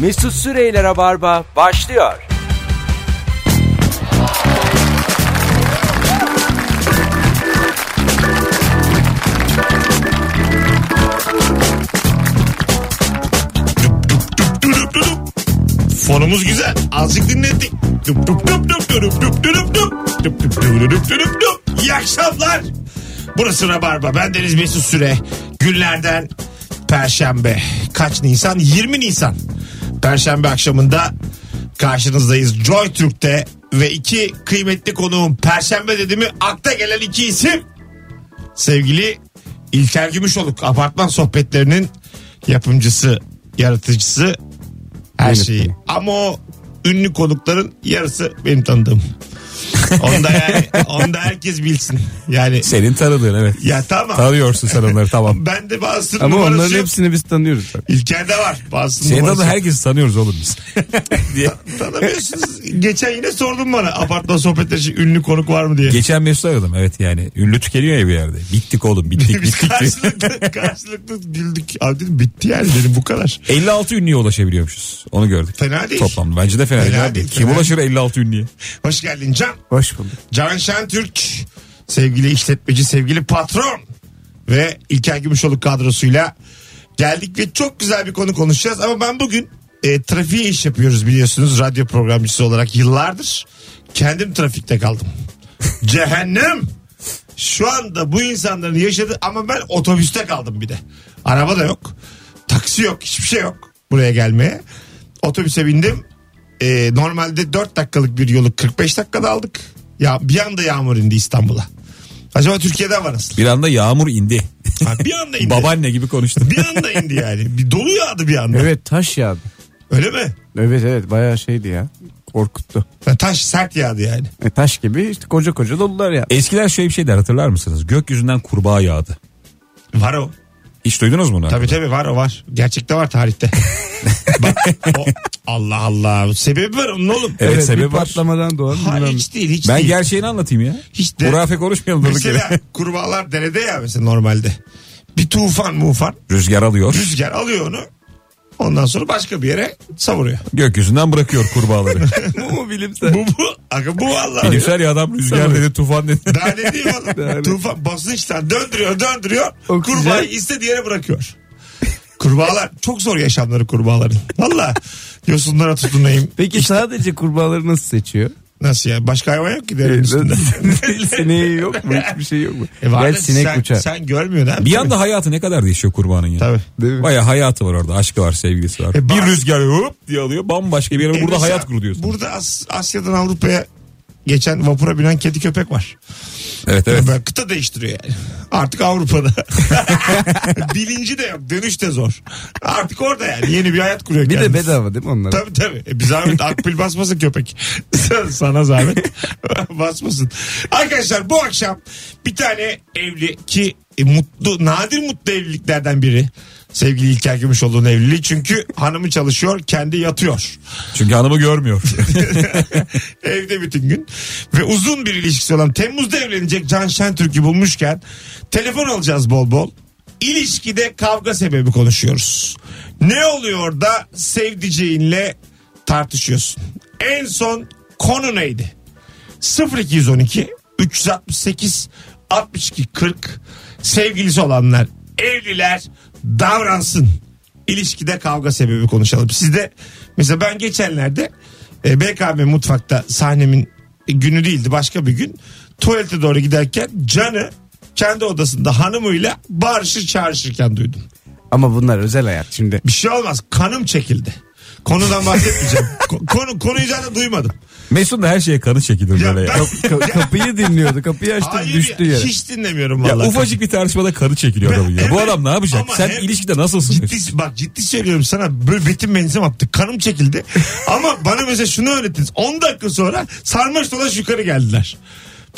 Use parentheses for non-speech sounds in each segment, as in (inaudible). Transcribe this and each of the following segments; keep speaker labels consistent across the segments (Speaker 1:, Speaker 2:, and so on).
Speaker 1: Mesut Süreyler'e barba başlıyor.
Speaker 2: Fonumuz güzel. Azıcık dinlettik. Dup dup dup dup dup dup dup dup dup. Dup dup dup dup dup dup dup. İyi akşamlar. Burası Rabarba. Ben Deniz Mesut Süre. Günlerden Perşembe. Kaç Nisan? 20 Nisan. Perşembe akşamında karşınızdayız. Joy Türk'te ve iki kıymetli konuğum. Perşembe dedi mi akta gelen iki isim. Sevgili İlker Gümüşoluk. Apartman sohbetlerinin yapımcısı, yaratıcısı her
Speaker 3: Yönetmeni.
Speaker 2: şeyi. Ama o ünlü konukların yarısı benim tanıdığım. Onda yani onda herkes bilsin. Yani
Speaker 3: Senin tanıdığın evet.
Speaker 2: ya tamam.
Speaker 3: Tanıyorsun
Speaker 2: (laughs)
Speaker 3: sen onları tamam.
Speaker 2: Ben de bazısının
Speaker 3: Ama
Speaker 2: numarası
Speaker 3: onların Şey
Speaker 2: yok.
Speaker 3: hepsini biz tanıyoruz. Bak.
Speaker 2: İlker'de var. Bazısının
Speaker 3: Senin
Speaker 2: numarası
Speaker 3: tanıdığın
Speaker 2: yok.
Speaker 3: herkesi tanıyoruz oğlum
Speaker 2: (laughs)
Speaker 3: biz. diye.
Speaker 2: Tanımıyorsunuz. Geçen yine sordun bana apartman sohbetleri için ünlü konuk var mı diye.
Speaker 3: Geçen Mesut'u aradım evet yani. Ünlü tükeniyor ya bir yerde. Bittik oğlum
Speaker 2: (laughs)
Speaker 3: bittik
Speaker 2: Biz
Speaker 3: bittik. diye.
Speaker 2: karşılıklı, karşılıklı güldük. Abi dedim bitti yani dedim bu kadar.
Speaker 3: 56 ünlüye ulaşabiliyormuşuz. Onu gördük.
Speaker 2: Fena değil.
Speaker 3: Toplamda bence de fena,
Speaker 2: Fena
Speaker 3: değil. abi.
Speaker 2: değil,
Speaker 3: Kim
Speaker 2: fena
Speaker 3: ulaşır 56 ünlüye?
Speaker 2: Hoş geldin Can.
Speaker 3: Hoş bulduk.
Speaker 2: Can Şentürk sevgili işletmeci, sevgili patron ve İlker Gümüşoluk kadrosuyla geldik ve çok güzel bir konu konuşacağız. Ama ben bugün e, trafiğe iş yapıyoruz biliyorsunuz radyo programcısı olarak yıllardır kendim trafikte kaldım. Cehennem! Şu anda bu insanların yaşadığı ama ben otobüste kaldım bir de. Araba da yok. Taksi yok. Hiçbir şey yok buraya gelmeye. Otobüse bindim. Ee, normalde 4 dakikalık bir yolu 45 dakikada aldık. Ya bir anda yağmur indi İstanbul'a. Acaba Türkiye'den var
Speaker 3: (laughs)
Speaker 2: nasıl?
Speaker 3: Bir anda
Speaker 2: (laughs)
Speaker 3: yağmur indi.
Speaker 2: Ha, bir anda indi.
Speaker 3: Babaanne gibi konuştum.
Speaker 2: Bir anda indi yani. Bir dolu yağdı bir anda.
Speaker 3: evet taş yağdı.
Speaker 2: Öyle mi?
Speaker 3: Evet evet bayağı şeydi ya. Korkuttu.
Speaker 2: Ya taş sert yağdı yani.
Speaker 4: E, taş gibi işte koca koca dolular ya.
Speaker 3: Eskiler şöyle bir şey der hatırlar mısınız? Gökyüzünden kurbağa yağdı.
Speaker 2: Var o.
Speaker 3: Hiç duydunuz mu bunu?
Speaker 2: Tabii tabii var o var. Gerçekte var
Speaker 3: (laughs)
Speaker 2: tarihte. Bak, o- Allah Allah. Sebebi var onun oğlum.
Speaker 3: Evet,
Speaker 4: Evet,
Speaker 3: sebebi
Speaker 4: bir
Speaker 3: var.
Speaker 4: patlamadan doğan
Speaker 2: Ha,
Speaker 4: bilmem-
Speaker 2: hiç değil hiç
Speaker 3: Ben
Speaker 2: değil.
Speaker 3: gerçeğini anlatayım ya.
Speaker 2: Hiç de-
Speaker 3: Hurafe konuşmayalım durduk yere.
Speaker 2: Mesela kurbağalar derede ya mesela normalde. Bir tufan mufan
Speaker 3: Rüzgar alıyor.
Speaker 2: rüzgar alıyor onu. Ondan sonra başka bir yere savuruyor.
Speaker 3: Gökyüzünden bırakıyor
Speaker 2: (laughs)
Speaker 3: kurbağaları.
Speaker 4: Bu mu bilimsel?
Speaker 2: bu bu. Aga bu vallahi.
Speaker 3: Bilimsel ya adam rüzgar dedi tufan dedi.
Speaker 2: Daha ne diyeyim oğlum. Tufan basınçtan döndürüyor döndürüyor.
Speaker 4: Oksijen.
Speaker 2: Kurbağayı istediği yere bırakıyor. Kurbağalar çok zor yaşamları kurbağaların. Valla yosunlara tutunayım.
Speaker 4: Peki sadece kurbağaları nasıl seçiyor?
Speaker 2: Nasıl ya? Başka hayvan yok ki
Speaker 4: (laughs)
Speaker 2: derin üstünde.
Speaker 4: E, Sineği yok mu? Hiçbir şey yok mu?
Speaker 2: E var
Speaker 4: Gel
Speaker 2: da
Speaker 4: sinek
Speaker 2: sen,
Speaker 4: uçar.
Speaker 2: Sen görmüyorsun abi.
Speaker 3: (laughs) Bir anda hayatı ne kadar değişiyor kurbanın ya.
Speaker 2: Tabii.
Speaker 4: Değil mi?
Speaker 3: Baya hayatı var orada. Aşkı var, sevgilisi var.
Speaker 2: E,
Speaker 3: bir
Speaker 2: bazı-
Speaker 3: rüzgar hop diye alıyor. Bambaşka bir yere
Speaker 2: E
Speaker 3: burada
Speaker 2: mesela
Speaker 3: hayat kur diyorsun.
Speaker 2: Burada As- Asya'dan Avrupa'ya geçen vapura binen kedi köpek var.
Speaker 3: Evet evet.
Speaker 2: Böyle kıta değiştiriyor yani. Artık Avrupa'da. (laughs) Bilinci de yok. Dönüş de zor. Artık orada yani. Yeni bir hayat kuruyor
Speaker 4: Bir de
Speaker 2: kendisi.
Speaker 4: bedava değil mi onlar?
Speaker 2: Tabii tabii. E, bir zahmet akbil basmasın köpek. (laughs) Sana zahmet (laughs) basmasın. Arkadaşlar bu akşam bir tane evli ki e, mutlu nadir mutlu evliliklerden biri. Sevgili İlker Gümüşoğlu'nun evliliği. Çünkü hanımı çalışıyor kendi yatıyor.
Speaker 3: Çünkü hanımı
Speaker 2: (laughs)
Speaker 3: görmüyor.
Speaker 2: Evde bütün gün. Ve uzun bir ilişkisi olan Temmuz'da evlenecek Can Şentürk'ü bulmuşken telefon alacağız bol bol. İlişkide kavga sebebi konuşuyoruz. Ne oluyor da sevdiceğinle tartışıyorsun? En son konu neydi? 0212 368 62 40 sevgilisi olanlar evliler davransın. İlişkide kavga sebebi konuşalım. Sizde mesela ben geçenlerde e, BKM mutfakta sahnemin günü değildi başka bir gün. Tuvalete doğru giderken Can'ı kendi odasında hanımıyla bağırışır çağrışırken duydum.
Speaker 4: Ama bunlar özel hayat şimdi. (laughs)
Speaker 2: Bir şey olmaz kanım çekildi. Konudan
Speaker 3: (laughs)
Speaker 2: bahsetmeyeceğim. Ko- Konu, konuyu zaten duymadım.
Speaker 3: Mesut da her şeye kanı çekilir
Speaker 2: Ya
Speaker 3: böyle ya.
Speaker 2: ben-
Speaker 4: Ka- kapıyı dinliyordu. Kapıyı açtı
Speaker 2: Hayır
Speaker 4: düştü
Speaker 2: ya,
Speaker 4: yere.
Speaker 2: hiç dinlemiyorum
Speaker 3: Ya
Speaker 2: vallahi.
Speaker 3: ufacık bir tartışmada kanı çekiliyor adamın ya. Bu
Speaker 2: Evet.
Speaker 3: adam ne yapacak?
Speaker 2: Ama
Speaker 3: Sen
Speaker 2: hem-
Speaker 3: ilişkide nasılsın?
Speaker 2: Ciddi, bak ciddi söylüyorum sana böyle betim benzem attı. Kanım
Speaker 3: (laughs)
Speaker 2: çekildi. Ama bana mesela şunu öğrettiniz. 10 dakika sonra sarmaş dolaş yukarı geldiler.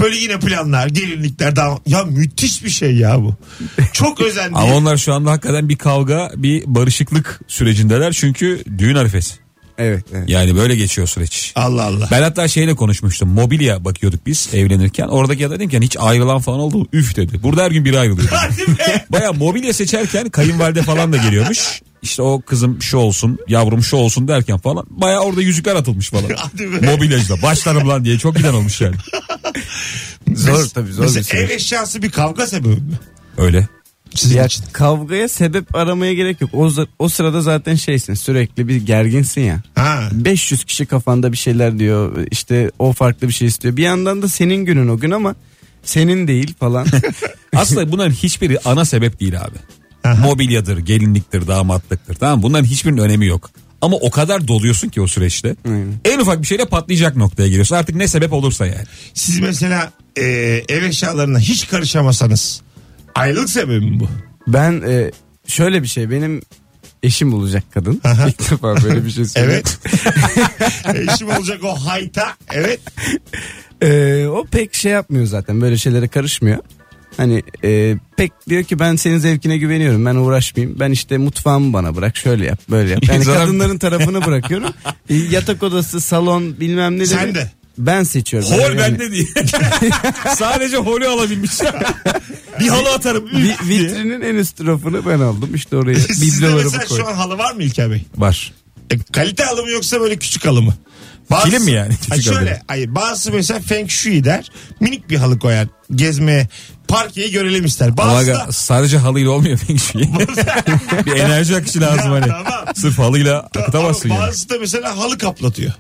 Speaker 2: Böyle yine planlar, gelinlikler daha. Ya müthiş bir şey ya bu.
Speaker 3: (laughs)
Speaker 2: Çok özenli.
Speaker 3: Ama onlar şu anda hakikaten bir kavga, bir barışıklık sürecindeler. Çünkü düğün arifesi.
Speaker 4: Evet. evet.
Speaker 3: Yani böyle geçiyor süreç.
Speaker 2: Allah
Speaker 3: (laughs)
Speaker 2: Allah.
Speaker 3: Ben hatta şeyle konuşmuştum. Mobilya bakıyorduk biz evlenirken. Oradaki adam dedim ki "Yani hiç ayrılan falan oldu mu? Üf dedi. Burada her gün biri ayrılıyor. (laughs) dedi.
Speaker 2: Hadi be.
Speaker 3: Baya mobilya seçerken kayınvalide falan da geliyormuş. işte o kızım şu olsun yavrum şu olsun derken falan baya orada yüzükler atılmış falan.
Speaker 2: (laughs) Hadi be.
Speaker 3: Mobilyacıda başlarım lan diye çok giden olmuş yani.
Speaker 4: Zor tabii zor bir
Speaker 2: Mesela
Speaker 4: süreç.
Speaker 2: ev eşyası bir kavga sebebi mi?
Speaker 3: Öyle.
Speaker 2: Sizin
Speaker 4: Ya
Speaker 2: için.
Speaker 4: kavgaya sebep aramaya gerek yok. O, za- o sırada zaten şeysin sürekli bir gerginsin ya.
Speaker 2: Ha.
Speaker 4: 500 kişi kafanda bir şeyler diyor. İşte o farklı bir şey istiyor. Bir yandan da senin günün o gün ama senin değil falan.
Speaker 3: Aslında bunların hiçbiri ana sebep değil abi. Mobilyadır, gelinliktir, damatlıktır tamam mı? Bunların hiçbirinin önemi yok. Ama o kadar doluyorsun ki o süreçte. En ufak bir şeyle patlayacak noktaya geliyorsun. Artık ne sebep olursa yani.
Speaker 2: Siz mesela e, ev eşyalarına hiç karışamasanız ayrılık sebebi
Speaker 3: (laughs)
Speaker 2: mi bu?
Speaker 4: ben e, şöyle bir şey benim eşim olacak kadın. (laughs) İlk defa böyle bir şey söylüyorum.
Speaker 2: Evet. Eşim E, olacak o hayta. Evet.
Speaker 4: Ee, o pek şey yapmıyor zaten böyle şeylere karışmıyor. Hani e, pek diyor ki ben senin zevkine güveniyorum ben uğraşmayayım. Ben işte mutfağımı bana bırak şöyle yap böyle yap. Yani
Speaker 3: Zaten-
Speaker 4: kadınların tarafını bırakıyorum. E, Yatak odası salon bilmem ne.
Speaker 2: Sen de.
Speaker 4: Ben seçiyorum.
Speaker 3: Hol
Speaker 4: Yani-
Speaker 3: bende diye.
Speaker 2: (laughs)
Speaker 3: Sadece holü alabilmiş. bir halı atarım.
Speaker 4: Vi- vitrinin en üst rafını ben aldım işte oraya
Speaker 2: Sizde
Speaker 4: biblolarımı
Speaker 2: mesela şu
Speaker 4: koydum.
Speaker 2: an halı var mı İlker Bey?
Speaker 3: (laughs) Var.
Speaker 2: E, kalite halı mı yoksa böyle küçük halı mı?
Speaker 3: Kilim mi yani?
Speaker 2: Ay
Speaker 3: Küçük halı.
Speaker 2: şöyle, hayır, bazısı mesela Feng Shui der. Minik bir halı koyar gezmeye. Parkeyi görelim ister.
Speaker 3: Ama
Speaker 2: Bazısı da
Speaker 3: aga, sadece halıyla olmuyor
Speaker 2: (laughs)
Speaker 3: Feng Shui. (laughs) bir enerji akışı lazım
Speaker 2: Ya,
Speaker 3: hani.
Speaker 2: tamam.
Speaker 3: Sırf halıyla akıtamazsın
Speaker 2: Ama
Speaker 3: yani.
Speaker 2: bazısı da mesela halı kaplatıyor.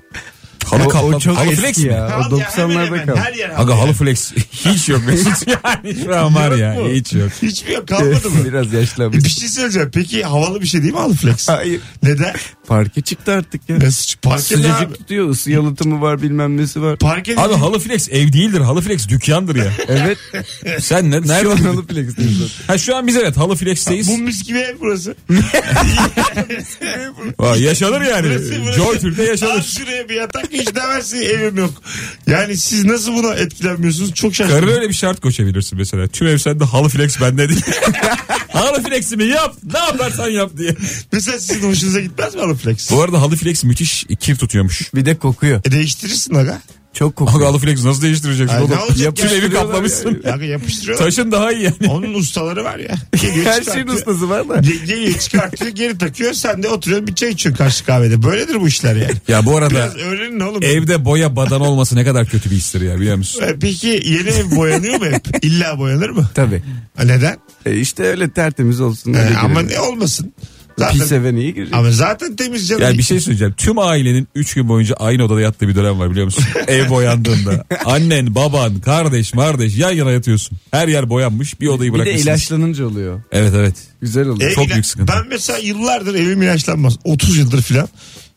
Speaker 3: Halı
Speaker 4: O- o
Speaker 3: kaplan.
Speaker 4: çok
Speaker 3: halı
Speaker 4: eski
Speaker 3: flex
Speaker 4: ya.
Speaker 3: mi?
Speaker 4: O
Speaker 2: Halı ya,
Speaker 4: 90'larda
Speaker 2: hemen hemen
Speaker 4: kaldı.
Speaker 2: Her yer halı.
Speaker 3: Aga
Speaker 2: ya.
Speaker 3: halı flex hiç yok
Speaker 2: (laughs)
Speaker 3: Mesut. Yani şu an var
Speaker 2: Yok
Speaker 3: ya.
Speaker 2: mu?
Speaker 3: Hiç yok.
Speaker 2: Hiçbir yok kalmadı
Speaker 3: (laughs)
Speaker 2: mı?
Speaker 4: Biraz
Speaker 2: E, bir
Speaker 4: yaşlanmış.
Speaker 2: şey söyleyeceğim. Peki havalı bir şey değil mi halı flex?
Speaker 4: Hayır.
Speaker 3: (laughs)
Speaker 2: Neden?
Speaker 4: Parke çıktı artık ya.
Speaker 2: Mesut parke ne abi?
Speaker 4: Sıcacık tutuyor ısı yalıtımı var bilmem nesi var.
Speaker 2: Parke
Speaker 3: Abi halı flex ev değildir. Halı flex dükkandır ya.
Speaker 4: Evet.
Speaker 3: Sen ne,
Speaker 4: Şu
Speaker 3: nerede?
Speaker 4: an alıp plex'teyiz.
Speaker 3: Ha şu an biz evet halı flex'teyiz.
Speaker 2: Bu mis gibi ev burası.
Speaker 3: Vay, yaşanır yani.
Speaker 2: Burası, burası.
Speaker 3: Ee, Joy Türk'te
Speaker 2: Al
Speaker 3: yaşanır.
Speaker 2: şuraya bir yatak hiç demezsin evim yok. Yani siz nasıl buna etkilenmiyorsunuz? Çok
Speaker 3: Karına
Speaker 2: şaşırdım.
Speaker 3: öyle bir şart koşabilirsin mesela. Tüm ev sende halı flex
Speaker 2: (laughs)
Speaker 3: bende değil. halı flex'imi yap. Ne yaparsan yap diye.
Speaker 2: Mesela sizin hoşunuza gitmez mi halı flex?
Speaker 3: Bu arada halı flex müthiş kir tutuyormuş.
Speaker 4: Bir de kokuyor.
Speaker 2: E değiştirirsin aga.
Speaker 4: Çok
Speaker 3: Abi
Speaker 4: kokuyor.
Speaker 3: halı flex nasıl değiştireceksin
Speaker 2: Ay, ne
Speaker 3: oğlum?
Speaker 2: olacak ya?
Speaker 3: Tüm evi kaplamışsın.
Speaker 2: Aga yapıştırıyorlar.
Speaker 3: Taşın daha iyi yani.
Speaker 2: Onun ustaları var
Speaker 3: (laughs)
Speaker 2: ya. Geliyor,
Speaker 4: Her
Speaker 2: çıkartıyor.
Speaker 4: şeyin ustası var da.
Speaker 2: Ge- Geliyor çıkartıyor geri takıyor sen de oturuyorsun bir çay içiyorsun karşı kahvede. Böyledir bu işler yani.
Speaker 3: Ya bu arada
Speaker 2: Biraz öğrenin oğlum.
Speaker 3: evde boya badan olması ne kadar kötü bir histir ya biliyor musun?
Speaker 2: E, Peki yeni ev boyanıyor mu hep? İlla boyanır mı?
Speaker 4: Tabii.
Speaker 2: Ha, Neden?
Speaker 4: E işte öyle tertemiz olsun.
Speaker 2: E,
Speaker 4: Öyle
Speaker 2: ama
Speaker 4: ama
Speaker 2: ne olmasın?
Speaker 4: Pis
Speaker 2: Zaten,
Speaker 4: eve niye girecek?
Speaker 2: ama zaten temiz canım.
Speaker 3: Ya bir şey söyleyeceğim. Tüm ailenin 3 gün boyunca aynı odada yattığı bir dönem var biliyor musun? (laughs) Ev boyandığında. Annen, baban, kardeş, kardeş yan yana yatıyorsun. Her yer boyanmış. Bir odayı
Speaker 4: Bir de
Speaker 3: bırakmışsın.
Speaker 4: ilaçlanınca oluyor.
Speaker 3: Evet evet.
Speaker 4: Güzel oluyor.
Speaker 2: E,
Speaker 3: Çok
Speaker 2: ila-
Speaker 3: büyük sıkıntı.
Speaker 2: Ben mesela yıllardır evim ilaçlanmaz. 30 yıldır filan.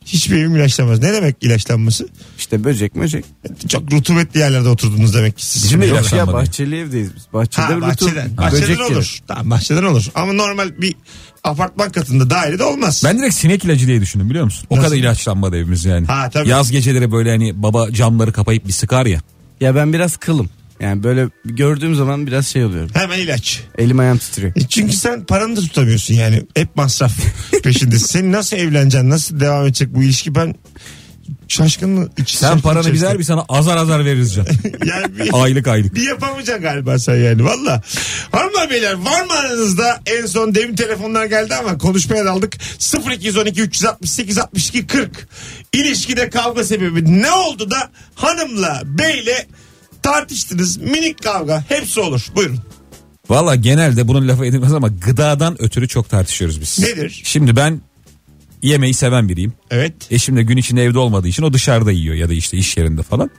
Speaker 2: Hiçbir evim ilaçlanmaz. Ne demek ilaçlanması?
Speaker 4: İşte böcek möcek.
Speaker 2: E, Çok rutubetli yerlerde oturdunuz demek ki siz.
Speaker 4: Bizim
Speaker 3: Yok
Speaker 4: yok ya
Speaker 3: yaşlanmadı.
Speaker 4: bahçeli evdeyiz biz. Bahçede
Speaker 2: Ha,
Speaker 4: rutum-
Speaker 2: bahçeden. Bahçeden
Speaker 4: böcek gelir.
Speaker 2: olur. Tamam bahçeden olur. Ama normal bir apartman katında dairede olmaz.
Speaker 3: Ben direkt sinek ilacı diye düşündüm biliyor musun? O
Speaker 2: Nasıl?
Speaker 3: kadar ilaçlanmadı evimiz yani.
Speaker 2: Ha, tabii.
Speaker 3: Yaz geceleri böyle hani baba camları kapayıp bir sıkar ya.
Speaker 4: Ya ben biraz kılım. Yani böyle gördüğüm zaman biraz şey oluyorum.
Speaker 2: Hemen ilaç.
Speaker 4: Elim ayağım titriyor.
Speaker 2: E Çünkü sen paranı da tutamıyorsun yani. Hep masraf (laughs) peşindesin. Senin nasıl evleneceksin? Nasıl devam edecek bu ilişki? Ben şaşkınlığı iç,
Speaker 3: Sen
Speaker 2: şaşkın
Speaker 3: paranı
Speaker 2: içerisinde.
Speaker 3: bizer bir sana azar azar veririz can.
Speaker 2: (laughs) Yani bir,
Speaker 3: aylık aylık.
Speaker 2: bir yapamayacaksın galiba sen yani valla. Hanımlar beyler var mı aranızda en son demin telefonlar geldi ama konuşmaya daldık. 0212 368 62 40 İlişkide kavga sebebi ne oldu da hanımla beyle tartıştınız minik kavga hepsi olur buyurun.
Speaker 3: Valla genelde bunun lafı edilmez ama gıdadan ötürü çok tartışıyoruz biz.
Speaker 2: Nedir?
Speaker 3: Şimdi ben yemeği seven biriyim.
Speaker 2: Evet.
Speaker 3: Eşim de gün içinde evde olmadığı için o dışarıda yiyor ya da işte iş yerinde falan.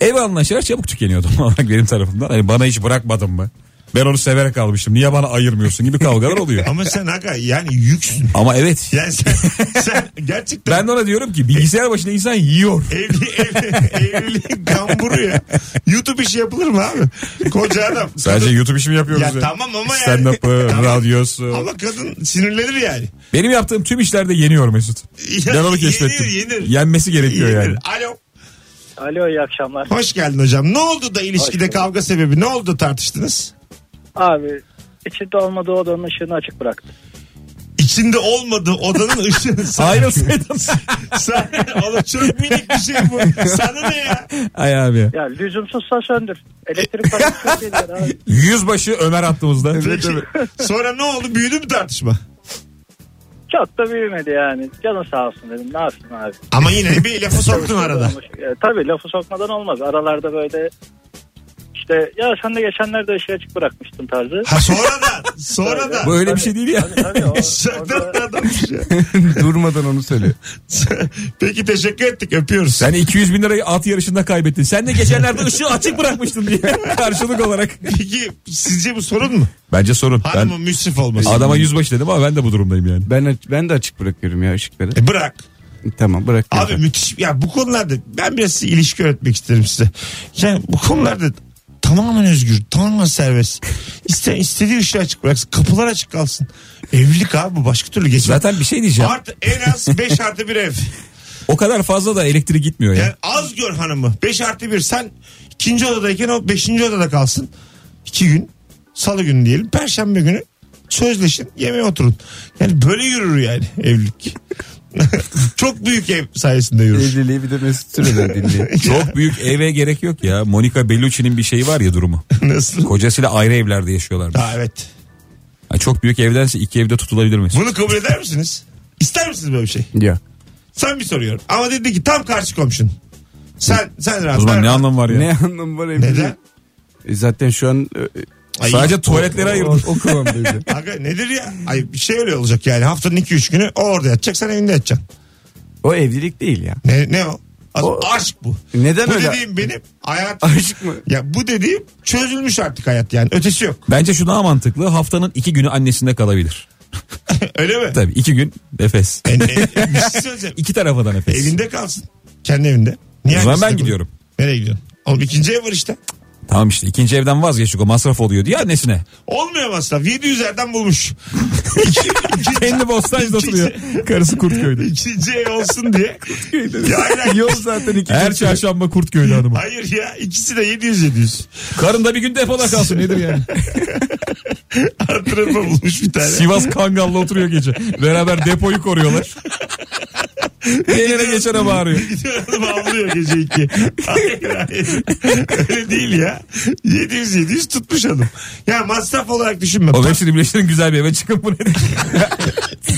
Speaker 3: Ev alınan şeyler çabuk tükeniyordu (laughs) doğal olarak benim tarafımdan. Hani bana hiç bırakmadın mı? Ben onu severek almıştım. Niye bana ayırmıyorsun gibi kavgalar oluyor.
Speaker 2: (laughs) Ama sen aga yani yüksün.
Speaker 3: Ama evet.
Speaker 2: Yani sen, sen gerçekten
Speaker 3: Ben de ona diyorum ki bilgisayar başında insan yiyor.
Speaker 2: evli, evli, evliliğin gamburu ya. YouTube işi yapılır mı abi? Koca adam.
Speaker 3: Sadece
Speaker 2: Kadın-
Speaker 3: YouTube işi mi yapıyoruz?
Speaker 2: Ya tamam ama yani.
Speaker 3: Stand up'ı,
Speaker 2: (laughs) Tamam.
Speaker 3: radyosu.
Speaker 2: Ama kadın sinirlenir yani.
Speaker 3: Benim yaptığım tüm işlerde yeniyor Mesut.
Speaker 2: Ya,
Speaker 3: ben onu
Speaker 2: yenir,
Speaker 3: keşfettim.
Speaker 2: yenir.
Speaker 3: Yenmesi gerekiyor
Speaker 2: Yenir.
Speaker 3: yani.
Speaker 2: Alo.
Speaker 5: Alo iyi akşamlar.
Speaker 2: Hoş geldin hocam. Ne oldu da
Speaker 5: Hoş
Speaker 2: ilişkide
Speaker 5: bulduk.
Speaker 2: kavga sebebi? Ne oldu da tartıştınız?
Speaker 5: Abi içinde olmadığı odanın ışığını açık bıraktı.
Speaker 2: İçinde olmadı
Speaker 3: (laughs)
Speaker 2: odanın ışığı. Sana- (laughs)
Speaker 3: Ayrılsaydım.
Speaker 2: Sana, oğlum çok minik bir şey bu. Sana ne ya?
Speaker 3: Ay abi. ya.
Speaker 5: Ya lüzumsuzsa söndür. Elektrik parası çok geliyor
Speaker 2: (laughs)
Speaker 5: abi.
Speaker 3: Yüzbaşı Ömer attığımızda.
Speaker 2: Peki. Sonra ne oldu? Büyüdü mü tartışma?
Speaker 5: Çok da büyümedi yani. Canı sağ olsun dedim. Ne yapayım abi.
Speaker 2: Ama yine bir lafı soktun arada.
Speaker 5: E, tabii lafı sokmadan olmaz. Aralarda böyle işte ya sen de geçenlerde şey açık bırakmıştın tarzı.
Speaker 2: Ha sonra da sonra da.
Speaker 3: Bu öyle bir şey değil ya.
Speaker 5: Hani,
Speaker 2: (laughs)
Speaker 5: hani o-
Speaker 2: Şaktan
Speaker 5: orada-
Speaker 2: da adammış ya.
Speaker 4: (laughs) Durmadan onu söylüyor.
Speaker 2: Peki teşekkür ettik öpüyoruz.
Speaker 3: Sen 200 bin lirayı at yarışında kaybettin. Sen de geçenlerde ışığı açık
Speaker 2: (laughs)
Speaker 3: bırakmıştın diye karşılık olarak.
Speaker 2: Peki sizce bu sorun mu?
Speaker 3: Bence sorun. Ben
Speaker 2: Hanımın müsrif olması.
Speaker 3: adama yüzbaşı dedim ama ben de bu durumdayım yani.
Speaker 4: Ben ben de açık bırakıyorum ya ışıkları.
Speaker 2: E bırak.
Speaker 4: Tamam bırak.
Speaker 2: Abi müthiş. Ya bu konularda ben biraz size ilişki öğretmek isterim size. Yani bu konularda tamamen özgür, tamamen serbest. İste, istediği ışığı açık bıraksın. Kapılar açık kalsın. Evlilik abi bu başka türlü geçmez.
Speaker 3: Zaten bir şey diyeceğim.
Speaker 2: Artı en az 5 artı bir ev.
Speaker 3: O kadar fazla da elektrik gitmiyor
Speaker 2: Yani
Speaker 3: ya.
Speaker 2: az gör hanımı. 5 artı bir. Sen ikinci odadayken o beşinci odada kalsın. İki gün. Salı günü diyelim. Perşembe günü sözleşin yemeğe oturun. Yani böyle yürür yani evlilik. (laughs) Çok büyük ev sayesinde yürür.
Speaker 4: Evliliği bir de Mesut (laughs) Süreden dinleyin.
Speaker 3: Çok büyük eve gerek yok ya. Monica Bellucci'nin bir şeyi var ya durumu.
Speaker 2: Nasıl?
Speaker 3: Kocasıyla ayrı evlerde yaşıyorlardı.
Speaker 2: Ha, evet.
Speaker 3: Ha, çok büyük evdense iki evde tutulabilir mi?
Speaker 2: Bunu kabul eder misiniz? İster misiniz böyle bir şey?
Speaker 4: Yok.
Speaker 2: Sen bir soruyorum. Ama dedi ki tam karşı komşun. Sen sen
Speaker 3: O
Speaker 2: rahat.
Speaker 3: zaman
Speaker 2: ben
Speaker 3: ne
Speaker 2: rahat.
Speaker 3: anlamı var ya?
Speaker 4: Ne anlamı var evliliğin?
Speaker 2: Neden?
Speaker 4: E zaten şu an e,
Speaker 2: Ay,
Speaker 3: Sadece tuvaletlere
Speaker 4: o,
Speaker 3: ayırdım.
Speaker 4: o şey. kıvamdaydı.
Speaker 2: Aga nedir ya? Ay bir şey öyle olacak yani. Haftanın 2-3 günü o orada yatacak sen evinde yatacaksın.
Speaker 4: o evlilik değil ya.
Speaker 2: Ne, ne o? Az-
Speaker 4: O-
Speaker 2: aşk bu.
Speaker 4: Neden
Speaker 2: bu
Speaker 4: öyle?
Speaker 2: dediğim benim
Speaker 4: (laughs)
Speaker 2: hayat.
Speaker 4: Aşık mı?
Speaker 2: Ya bu dediğim çözülmüş artık hayat yani. Ötesi yok. (laughs)
Speaker 3: Bence şu daha mantıklı. Haftanın iki günü annesinde kalabilir.
Speaker 2: Öyle mi?
Speaker 3: Tabii iki gün nefes.
Speaker 2: E, ne- e, bir şey söyleyeceğim.
Speaker 3: İki tarafa da nefes.
Speaker 2: Evinde kalsın. Kendi evinde. Niye
Speaker 3: O zaman
Speaker 2: annesine
Speaker 3: ben
Speaker 2: bunu-
Speaker 3: gidiyorum.
Speaker 2: Nereye gidiyorsun? Oğlum ikinci ev var işte.
Speaker 3: Tamam işte ikinci evden vazgeçtik o masraf oluyor diye annesine.
Speaker 2: Olmuyor masraf. 700 yerden bulmuş.
Speaker 3: Kendi Bostancı'da oturuyor. Karısı Kurtköy'de.
Speaker 2: İkinci ev olsun diye. ya, aynen.
Speaker 4: Yol zaten (laughs) iki.
Speaker 3: Her çarşamba Kurtköy'de hanımı.
Speaker 2: Hayır ya ikisi de 700 700.
Speaker 3: Karın da bir gün depoda kalsın nedir yani.
Speaker 2: (laughs) Antrenman bulmuş bir tane.
Speaker 3: Sivas Kangal'la oturuyor gece. Beraber
Speaker 2: (laughs)
Speaker 3: depoyu koruyorlar. Gelene geçene bağırıyor.
Speaker 2: Gidiyorum avlıyor gece 2. Hayır hayır. Öyle değil ya. 700 700 tutmuş adam. Ya masraf olarak düşünme.
Speaker 3: O hepsini birleştirin güzel bir eve çıkın bu (laughs) nedir?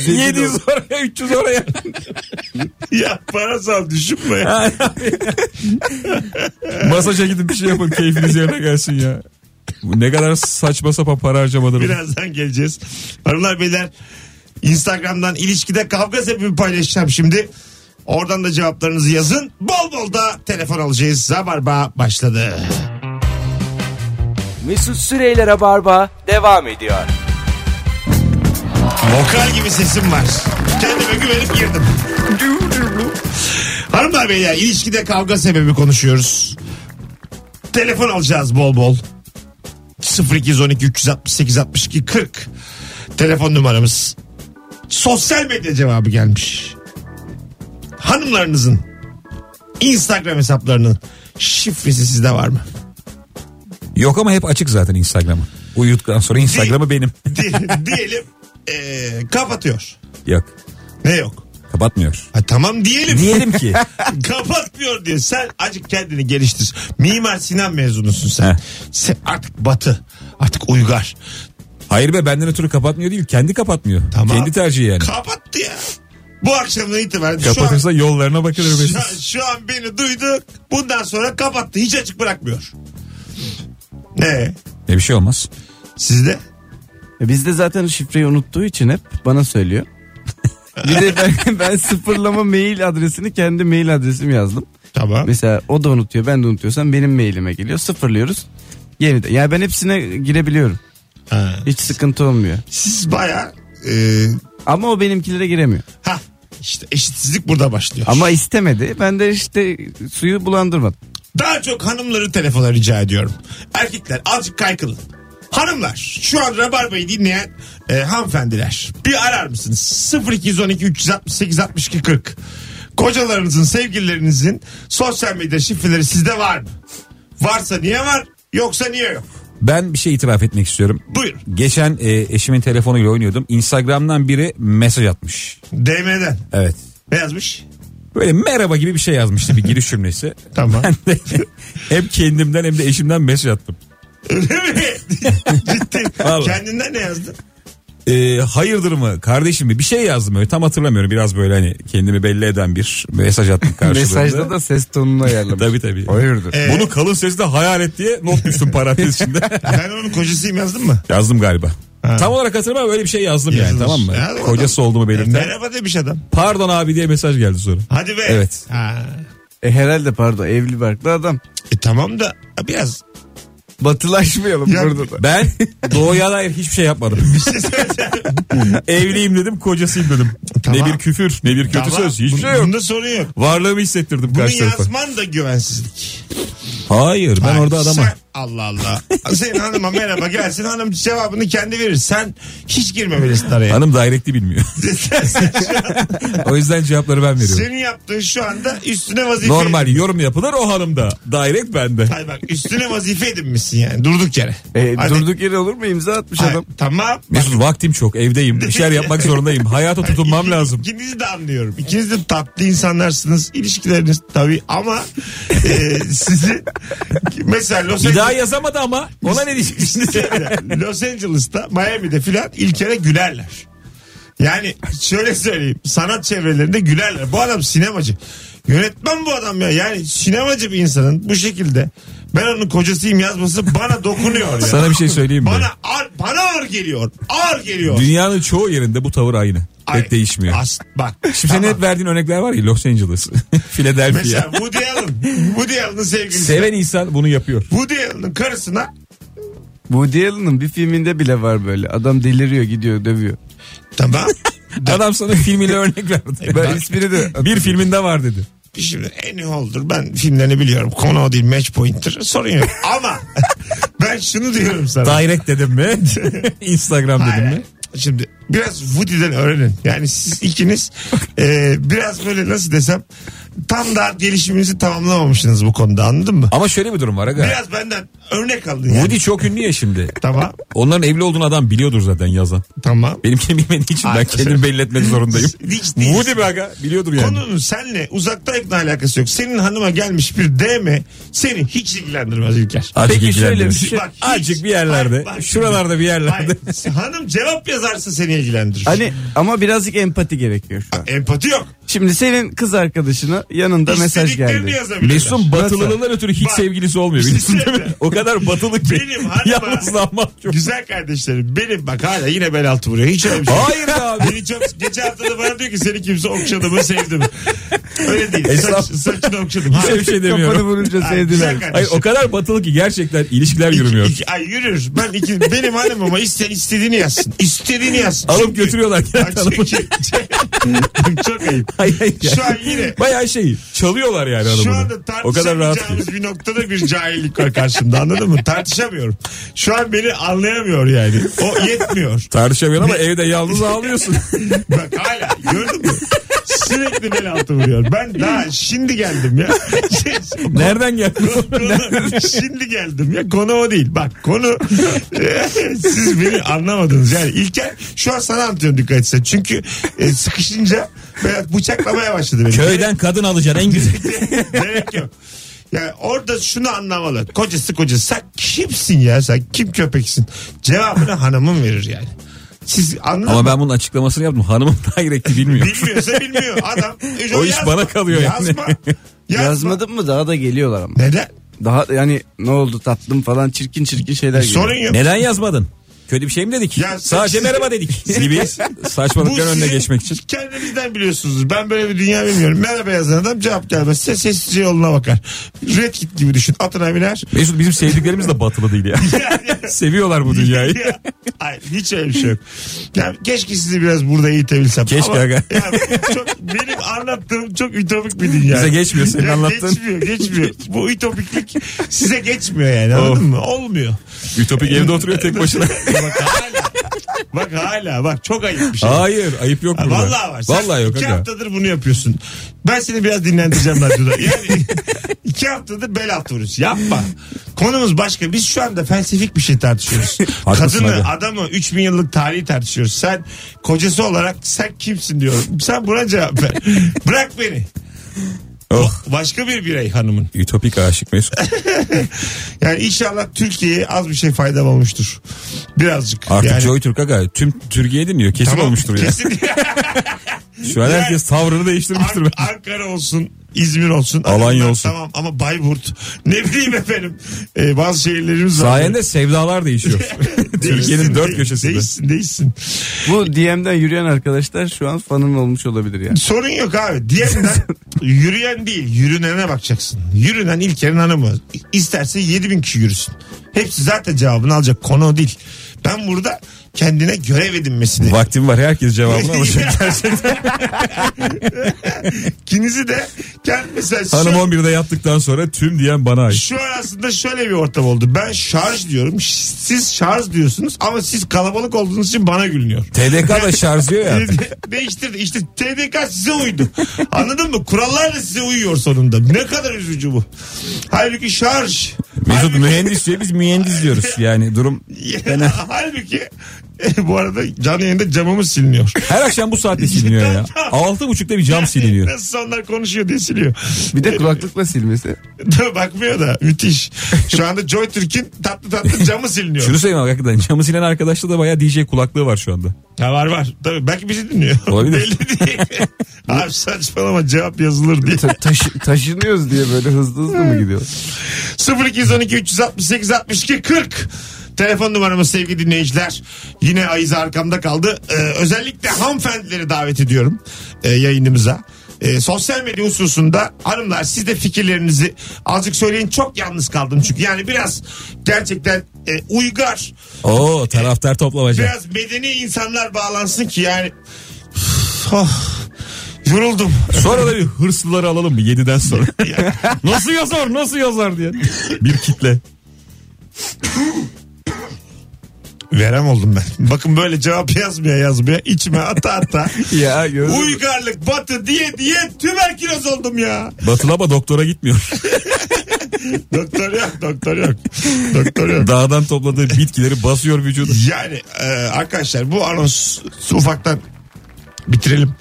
Speaker 3: 700 oraya 300 oraya.
Speaker 2: Ya parasal düşünme ya.
Speaker 3: Masaja gidin bir şey yapın keyfiniz yerine gelsin ya. Bu Ne kadar saçma sapan para harcamaları. bu.
Speaker 2: Birazdan geleceğiz. Hanımlar beyler Instagram'dan ilişkide kavga sebebi paylaşacağım şimdi. Oradan da cevaplarınızı yazın. Bol bol da telefon alacağız. Zabarba başladı.
Speaker 1: Mesut Süreyler'e barba devam ediyor.
Speaker 2: Vokal gibi sesim var. Kendime güvenip girdim. Hanımlar beyler ilişkide kavga sebebi konuşuyoruz. Telefon alacağız bol bol. 0212 368 62 40 telefon numaramız. Sosyal medya cevabı gelmiş. Hanımlarınızın Instagram hesaplarının şifresi sizde var mı?
Speaker 3: Yok ama hep açık zaten Instagram'ı. Uyuduktan sonra Instagram'ı (laughs) benim.
Speaker 2: Di- Diyelim eee, kapatıyor.
Speaker 3: Yok.
Speaker 2: Ne yok?
Speaker 3: Kapatmıyor.
Speaker 2: Ha, tamam diyelim.
Speaker 3: Diyelim ki.
Speaker 2: (laughs) Kapatmıyor diyor. Sen acık kendini geliştir. Mimar Sinan mezunusun sen.
Speaker 3: Heh.
Speaker 2: Sen artık batı. Artık uygar.
Speaker 3: Hayır be benden ötürü kapatmıyor değil. Kendi kapatmıyor.
Speaker 2: Tamam.
Speaker 3: Kendi tercihi yani.
Speaker 2: Kapattı ya. Bu akşamdan itibaren şu an,
Speaker 3: Kapatırsa yollarına bakılır.
Speaker 2: şu,
Speaker 3: Mesut.
Speaker 2: an- şu an beni duydu. Bundan sonra kapattı. Hiç açık bırakmıyor. Ne?
Speaker 3: E bir şey olmaz.
Speaker 2: Sizde?
Speaker 4: E, Bizde zaten şifreyi unuttuğu için hep bana söylüyor. (laughs) bir de ben, ben sıfırlama mail adresini kendi mail adresim yazdım.
Speaker 2: Tamam.
Speaker 4: Mesela o da unutuyor ben de unutuyorsam benim mailime geliyor sıfırlıyoruz. Yeniden. Yani ben hepsine girebiliyorum.
Speaker 2: Ha.
Speaker 4: Hiç sıkıntı olmuyor.
Speaker 2: Siz baya e,
Speaker 4: Ama o benimkilere giremiyor.
Speaker 2: ha işte eşitsizlik burada başlıyor.
Speaker 4: Ama istemedi. Ben de işte suyu bulandırmadım.
Speaker 2: Daha çok hanımları telefona rica ediyorum. Erkekler azıcık kaykılın. Hanımlar şu an Rabarba'yı dinleyen e, hanımefendiler bir arar mısınız? 0212 368 62 40. Kocalarınızın sevgililerinizin sosyal medya şifreleri sizde var mı? Varsa niye var yoksa niye yok?
Speaker 3: Ben bir şey itiraf etmek istiyorum.
Speaker 2: Buyur
Speaker 3: Geçen e, eşimin telefonuyla oynuyordum. Instagram'dan biri mesaj atmış.
Speaker 2: DM'den
Speaker 3: Evet.
Speaker 2: ne yazmış?
Speaker 3: Böyle merhaba gibi bir şey yazmıştı bir
Speaker 2: (laughs)
Speaker 3: giriş cümlesi.
Speaker 2: Tamam.
Speaker 3: Ben de hem kendimden hem de eşimden mesaj attım.
Speaker 2: Öyle mi? Ciddi.
Speaker 3: Vallahi.
Speaker 2: Kendinden ne yazdın?
Speaker 3: e, hayırdır mı kardeşim mi bir şey yazdım öyle tam hatırlamıyorum biraz böyle hani kendimi belli eden bir mesaj attım
Speaker 2: (laughs)
Speaker 3: karşılığında.
Speaker 4: Mesajda da ses tonunu ayarlamış.
Speaker 3: (laughs) Tabii tabii. E-
Speaker 4: Hayırdır.
Speaker 2: Ee?
Speaker 3: Bunu kalın sesle hayal et diye not düştüm
Speaker 2: (laughs)
Speaker 3: parantez içinde.
Speaker 2: Ben onun kocasıyım yazdın mı?
Speaker 3: yazdım galiba.
Speaker 2: Ha.
Speaker 3: Tam olarak hatırlamıyorum öyle bir şey yazdım yani
Speaker 2: Yazılır.
Speaker 3: tamam mı?
Speaker 2: Ha,
Speaker 3: Kocası
Speaker 2: adam-
Speaker 3: olduğumu belirten.
Speaker 2: E, Merhaba demiş adam.
Speaker 3: Pardon abi diye mesaj geldi sonra.
Speaker 2: Hadi be.
Speaker 3: Evet.
Speaker 2: Ha.
Speaker 4: E, herhalde pardon evli barklı adam.
Speaker 2: E, tamam da biraz
Speaker 4: Batılaşmayalım
Speaker 2: Ya-
Speaker 4: burada da.
Speaker 2: (laughs)
Speaker 3: Ben doğuya dair hiçbir şey yapmadım.
Speaker 2: bir şey söyleyeceğim.
Speaker 3: (laughs) Evliyim dedim kocasıyım dedim.
Speaker 2: Tamam.
Speaker 3: Ne bir küfür ne bir kötü
Speaker 2: Tamam.
Speaker 3: söz hiçbir
Speaker 2: Bu-
Speaker 3: şey yok.
Speaker 2: Bunda sorun yok.
Speaker 3: Varlığımı hissettirdim
Speaker 2: Bunu
Speaker 3: karşı tarafa.
Speaker 2: yazman da güvensizlik.
Speaker 3: Hayır ben
Speaker 2: Hayır,
Speaker 3: orada adama.
Speaker 2: sen- Allah Allah. Senin hanıma merhaba gelsin hanım cevabını kendi verir. Sen hiç girmemelisin araya.
Speaker 3: Hanım direkti bilmiyor.
Speaker 2: (laughs) Sen şu an-
Speaker 3: o yüzden cevapları ben veriyorum.
Speaker 2: senin yaptığın şu anda üstüne vazife.
Speaker 3: Normal yorum yapılır o hanımda. Direkt bende.
Speaker 2: Hayır bak üstüne vazife edinmişsin yani durduk yere.
Speaker 4: E,
Speaker 2: Hadi.
Speaker 4: durduk yere olur mu imza atmış
Speaker 2: Hayır,
Speaker 4: adam.
Speaker 2: tamam.
Speaker 3: Mesut vaktim çok evdeyim. Bir şeyler yapmak zorundayım. Hayata tutunmam
Speaker 2: İki-
Speaker 3: lazım.
Speaker 2: İkinizi de anlıyorum. İkiniz de tatlı insanlarsınız. İlişkileriniz tabii ama e, (laughs) sizi mesela Los,
Speaker 3: Bir daha
Speaker 2: Angeles,
Speaker 3: yazamadı ama ona ne diyeceksin?
Speaker 2: (laughs) Los Angeles'ta Miami'de filan İlker'e gülerler. Yani şöyle söyleyeyim. Sanat çevrelerinde gülerler. Bu adam sinemacı. Yönetmen bu adam ya. Yani sinemacı bir insanın bu şekilde ben onun kocasıyım yazması bana dokunuyor. ya.
Speaker 3: Sana bir şey söyleyeyim mi?
Speaker 2: Bana ağır, bana ağır geliyor. Ağır geliyor.
Speaker 3: Dünyanın çoğu yerinde bu tavır aynı.
Speaker 2: Ay,
Speaker 3: Pek değişmiyor.
Speaker 2: as- bak.
Speaker 3: Şimdi senin hep verdiğin örnekler var ya Los Angeles, (laughs)
Speaker 2: Mesela
Speaker 3: Philadelphia.
Speaker 2: Woody Allen. Woody Allen'ın sevgilisi.
Speaker 3: Seven insan bunu yapıyor.
Speaker 2: Woody Allen'ın karısına
Speaker 4: Woody Allen'ın bir filminde bile var böyle. Adam deliriyor gidiyor dövüyor.
Speaker 3: (laughs)
Speaker 2: tamam.
Speaker 3: Adam sana filmiyle örnek verdi.
Speaker 4: Ben ismini de
Speaker 3: E, (laughs) bir filminde var dedi.
Speaker 2: Şimdi Annie Hall'dur. Ben filmlerini biliyorum. Konu o değil. Match point'tir. Sorun yok. (laughs) Ama ben şunu diyorum sana.
Speaker 3: Direct dedim (laughs) mi? Instagram
Speaker 2: Hayır,
Speaker 3: dedim mi?
Speaker 2: hayır. Şimdi biraz Woody'den öğrenin. Yani siz ikiniz e, biraz böyle nasıl desem tam daha gelişiminizi tamamlamamışsınız bu konuda anladın mı?
Speaker 3: Ama şöyle bir durum var aga.
Speaker 2: Biraz benden örnek alın yani.
Speaker 3: Woody çok ünlü ya şimdi.
Speaker 2: Tamam
Speaker 3: Onların evli olduğunu adam biliyordur zaten yazan.
Speaker 2: tamam.
Speaker 3: Benimkini bilmediği için
Speaker 2: Ay,
Speaker 3: ben kendimi belli
Speaker 2: (laughs)
Speaker 3: etmek zorundayım.
Speaker 2: Hiç değil.
Speaker 3: Woody be aga biliyordur yani.
Speaker 2: Konunun senle uzaktan alakası yok. Senin hanıma gelmiş bir DM seni hiç ilgilendirmez İlker.
Speaker 3: Azıcık
Speaker 4: Peki şöyle bir
Speaker 3: ilgilendirmiş.
Speaker 4: şey-
Speaker 2: Bak hiç-
Speaker 3: Azıcık bir yerlerde.
Speaker 2: Bak, bak
Speaker 3: şuralarda bir yerlerde.
Speaker 2: Hayır, hanım cevap yazarsa seni ilgilendirir.
Speaker 4: Hani ama birazcık empati gerekiyor şu an.
Speaker 2: Empati yok.
Speaker 4: Şimdi senin kız arkadaşına yanında mesaj
Speaker 2: İstediklerini
Speaker 4: geldi.
Speaker 2: yazabilirler.
Speaker 3: Mesut'un batılılığından ötürü hiç
Speaker 2: Bak,
Speaker 3: sevgilisi olmuyor
Speaker 2: bir
Speaker 3: biliyorsun
Speaker 2: şey
Speaker 3: değil mi?
Speaker 2: söyleyeceğim.
Speaker 3: O kadar batılı ki.
Speaker 2: Benim hanıma-
Speaker 3: Yalnızlanmak çok.
Speaker 2: Güzel kardeşlerim benim bak hala yine bel altı vuruyor. Hiç öyle bir şey. yok.
Speaker 3: Hayır be abi.
Speaker 2: Beni çok geçen hafta da bana diyor ki seni kimse okşadı mı sevdi mi? Öyle değil. Saç,
Speaker 3: Estağfurullah.
Speaker 2: saçını okşadım. Ha,
Speaker 3: Hiçbir şey
Speaker 4: Kafanı
Speaker 3: demiyorum.
Speaker 4: vurunca
Speaker 2: Ay,
Speaker 4: sevdiler.
Speaker 2: güzel
Speaker 3: Hayır o kadar batılı ki gerçekten ilişkiler yürümüyor.
Speaker 2: İki- ay yürür. Ben iki, benim hanım ama iste, istediğini yazsın. İstediğini yazsın.
Speaker 3: Alıp
Speaker 2: Çünkü- (laughs)
Speaker 3: götürüyorlar
Speaker 2: Ay,
Speaker 3: kendi hanımı.
Speaker 2: çünkü- (laughs) çok ayıp.
Speaker 3: Hayır, hayır,
Speaker 2: Şu an
Speaker 3: yani.
Speaker 2: yine
Speaker 3: Bayağı şey çalıyorlar yani
Speaker 2: şu
Speaker 3: hanımını.
Speaker 2: anda
Speaker 3: O kadar rahat ki.
Speaker 2: tartışamayacağımız bir noktada bir cahillik var karşımda anladın mı? Tartışamıyorum. Şu an beni anlayamıyor yani. O yetmiyor.
Speaker 3: Tartışamıyorsun ama evde
Speaker 2: (laughs)
Speaker 3: yalnız ağlıyorsun.
Speaker 2: Bak hala gördün mü? Sürekli bel altı vuruyor. Ben daha şimdi geldim ya.
Speaker 3: Nereden geldin?
Speaker 2: Konu- şimdi geldim ya konu o değil bak konu e, siz beni anlamadınız yani İlker şu an sana anlatıyorum dikkat etse çünkü e, sıkışınca Berat bıçaklamaya başladı beni
Speaker 3: Köyden kadın alacaksın en
Speaker 2: (laughs)
Speaker 3: güzel.
Speaker 2: gerek yok yani orada şunu anlamalı kocası kocası sen kimsin ya sen kim köpeksin cevabını hanımın verir yani siz anladın
Speaker 3: Ama
Speaker 2: mı?
Speaker 3: ben bunun açıklamasını yaptım. Hanımım direkti bilmiyor.
Speaker 2: bilmiyorsa bilmiyor adam e,
Speaker 3: O iş bana kalıyor yani.
Speaker 2: yazma, yazma.
Speaker 4: Yazmadım mı daha da geliyorlar ama.
Speaker 2: neden
Speaker 4: Daha yani ne oldu tatlım falan çirkin çirkin şeyler geliyor.
Speaker 2: E, sorun yok
Speaker 3: Neden yazmadın? Kötü bir şey mi dedik?
Speaker 2: Ya şey-
Speaker 3: Sadece
Speaker 2: siz- (laughs)
Speaker 3: merhaba dedik gibi saçmalıkların önüne
Speaker 2: sizin
Speaker 3: geçmek için.
Speaker 2: Kendinizden biliyorsunuz. Ben böyle bir dünya bilmiyorum. Merhaba yazan adam cevap gelmez. Size sessizce yoluna bakar. Red Kit gibi düşün. Atına biner. (laughs)
Speaker 3: Mesut bizim sevdiklerimiz de batılı değil ya. (laughs) Seviyorlar
Speaker 2: (laughs)
Speaker 3: bu dünyayı.
Speaker 2: Ya, Ay, hiç öyle bir şey yok. Ya, keşke sizi biraz burada eğitebilsem.
Speaker 3: Keşke
Speaker 2: Ama
Speaker 3: aga.
Speaker 2: yani çok, benim anlattığım çok ütopik bir dünya.
Speaker 3: Bize geçmiyor senin
Speaker 2: Ya
Speaker 3: anlattığın.
Speaker 2: Geçmiyor geçmiyor. Bu ütopiklik size geçmiyor yani anladın mı? Olmuyor.
Speaker 3: Ütopik evde oturuyor tek başına.
Speaker 2: (laughs) Bak hala. Bak hala bak çok ayıp bir şey.
Speaker 3: Hayır ayıp yok
Speaker 2: Ha,
Speaker 3: burada.
Speaker 2: Vallahi var. Sen
Speaker 3: Vallahi yok
Speaker 2: iki
Speaker 3: aga.
Speaker 2: haftadır bunu yapıyorsun. Ben seni biraz dinlendireceğim radyoda. Yani (laughs) iki haftadır bel altı vuruyorsun. Yapma. Konumuz başka. Biz şu anda felsefik bir şey tartışıyoruz.
Speaker 3: (laughs) Haklısın
Speaker 2: Kadını,
Speaker 3: abi.
Speaker 2: adamı, 3000 yıllık tarihi tartışıyoruz. Sen
Speaker 3: (laughs)
Speaker 2: kocası olarak sen kimsin diyorum. Sen buna cevap ver. Bırak beni.
Speaker 3: Oh.
Speaker 2: Başka bir birey hanımın.
Speaker 3: Ütopik aşık Mesut.
Speaker 2: Yani inşallah Türkiye'ye az bir şey fayda olmuştur. Birazcık.
Speaker 3: Artık
Speaker 2: yani,
Speaker 3: Joy Türk aga tüm Türkiye dinliyor. Kesin
Speaker 2: Tamam,
Speaker 3: olmuştur ya. (laughs)
Speaker 2: kesin.
Speaker 3: Şu an herkes tavrını değiştirmiştir.
Speaker 2: Ank- Ankara olsun, İzmir olsun.
Speaker 3: Alanya
Speaker 2: Adamlar
Speaker 3: olsun.
Speaker 2: Tamam ama Bayburt. Ne bileyim efendim. Ee, bazı şehirlerimiz var.
Speaker 3: Sayende sevdalar değişiyor.
Speaker 2: Değişsin,
Speaker 3: Türkiye'nin dört
Speaker 2: de-
Speaker 3: köşesinde.
Speaker 2: Değişsin değişsin.
Speaker 4: Bu DM'den yürüyen arkadaşlar şu an fanım olmuş olabilir yani.
Speaker 2: Sorun yok abi.
Speaker 3: (laughs)
Speaker 2: Diğerinden yürüyen değil yürünene bakacaksın. Yürünen İlker'in hanımı. İsterse 7000 kişi yürüsün. Hepsi zaten cevabını alacak. Konu o değil. Ben burada kendine görev edinmesini.
Speaker 3: (laughs) Vaktim var herkes
Speaker 2: (laughs)
Speaker 3: cevabını alacak.
Speaker 2: İkinizi de kendi mesela şu-
Speaker 3: Hanım 11'de yattıktan sonra tüm diyen bana ait.
Speaker 2: Şu an aslında şöyle bir ortam oldu. Ben şarj diyorum. ş- Siz şarj diyorsunuz ama siz kalabalık olduğunuz için bana gülünüyor.
Speaker 3: TDK da şarjlıyor
Speaker 2: (laughs)
Speaker 3: ya artık.
Speaker 2: Değiştirdi. İşte TDK size uydu. Anladın mı? Kurallar da size uyuyor sonunda. Ne kadar üzücü bu. Halbuki şarj. (laughs)
Speaker 3: Mesut
Speaker 2: halbuki,
Speaker 3: mühendis diyor biz mühendis diyoruz. Yani durum
Speaker 2: halbuki e, bu arada canlı yayında camımız siliniyor.
Speaker 3: her akşam bu saatte siliniyor ya. Altı buçukta bir cam siliniyor.
Speaker 2: (laughs) Nasıl onlar konuşuyor diye siliyor. (laughs)
Speaker 4: Bir de kulaklıkla silmesi.
Speaker 2: Tabii bakmıyor da müthiş. Şu anda Joy Türk'ün tatlı tatlı camı siliniyor.
Speaker 3: Şunu söyleyeyim abi, hakikaten camı silen arkadaşta da bayağı DJ kulaklığı var şu anda.
Speaker 2: Ya var var. Tabii belki bizi dinliyor. (laughs)
Speaker 3: Olabilir.
Speaker 2: Belli değil. Abi saçmalama cevap yazılır diye.
Speaker 4: Ta- taşı- taşınıyoruz diye böyle hızlı hızlı mı gidiyoruz?
Speaker 2: 0212 368 62 40 Telefon numaramız sevgili dinleyiciler. Yine ayız arkamda kaldı. Ee, özellikle hanımefendileri davet ediyorum e, yayınımıza. Ee, sosyal medya hususunda hanımlar siz de fikirlerinizi azıcık söyleyin. Çok yalnız kaldım çünkü. Yani biraz gerçekten e, uygar,
Speaker 3: Oo taraftar toplamacı.
Speaker 2: biraz medeni insanlar bağlansın ki yani. Oh, yoruldum.
Speaker 3: Sonra da bir hırslıları alalım bir 7'den sonra. (laughs)
Speaker 2: (laughs)
Speaker 3: nasıl yazar nasıl yazar diye. Bir kitle.
Speaker 2: Verem oldum ben. Bakın böyle cevap yazmaya yazmaya içime ata ata.
Speaker 4: Ya gördün mü?
Speaker 2: Uygarlık batı diye diye tüberküloz oldum ya.
Speaker 3: Batılaba doktora gitmiyor.
Speaker 2: Doktor yok doktor yok. Doktor yok.
Speaker 3: Dağdan topladığı bitkileri basıyor vücudu.
Speaker 2: Yani e, arkadaşlar bu anons ufaktan bitirelim.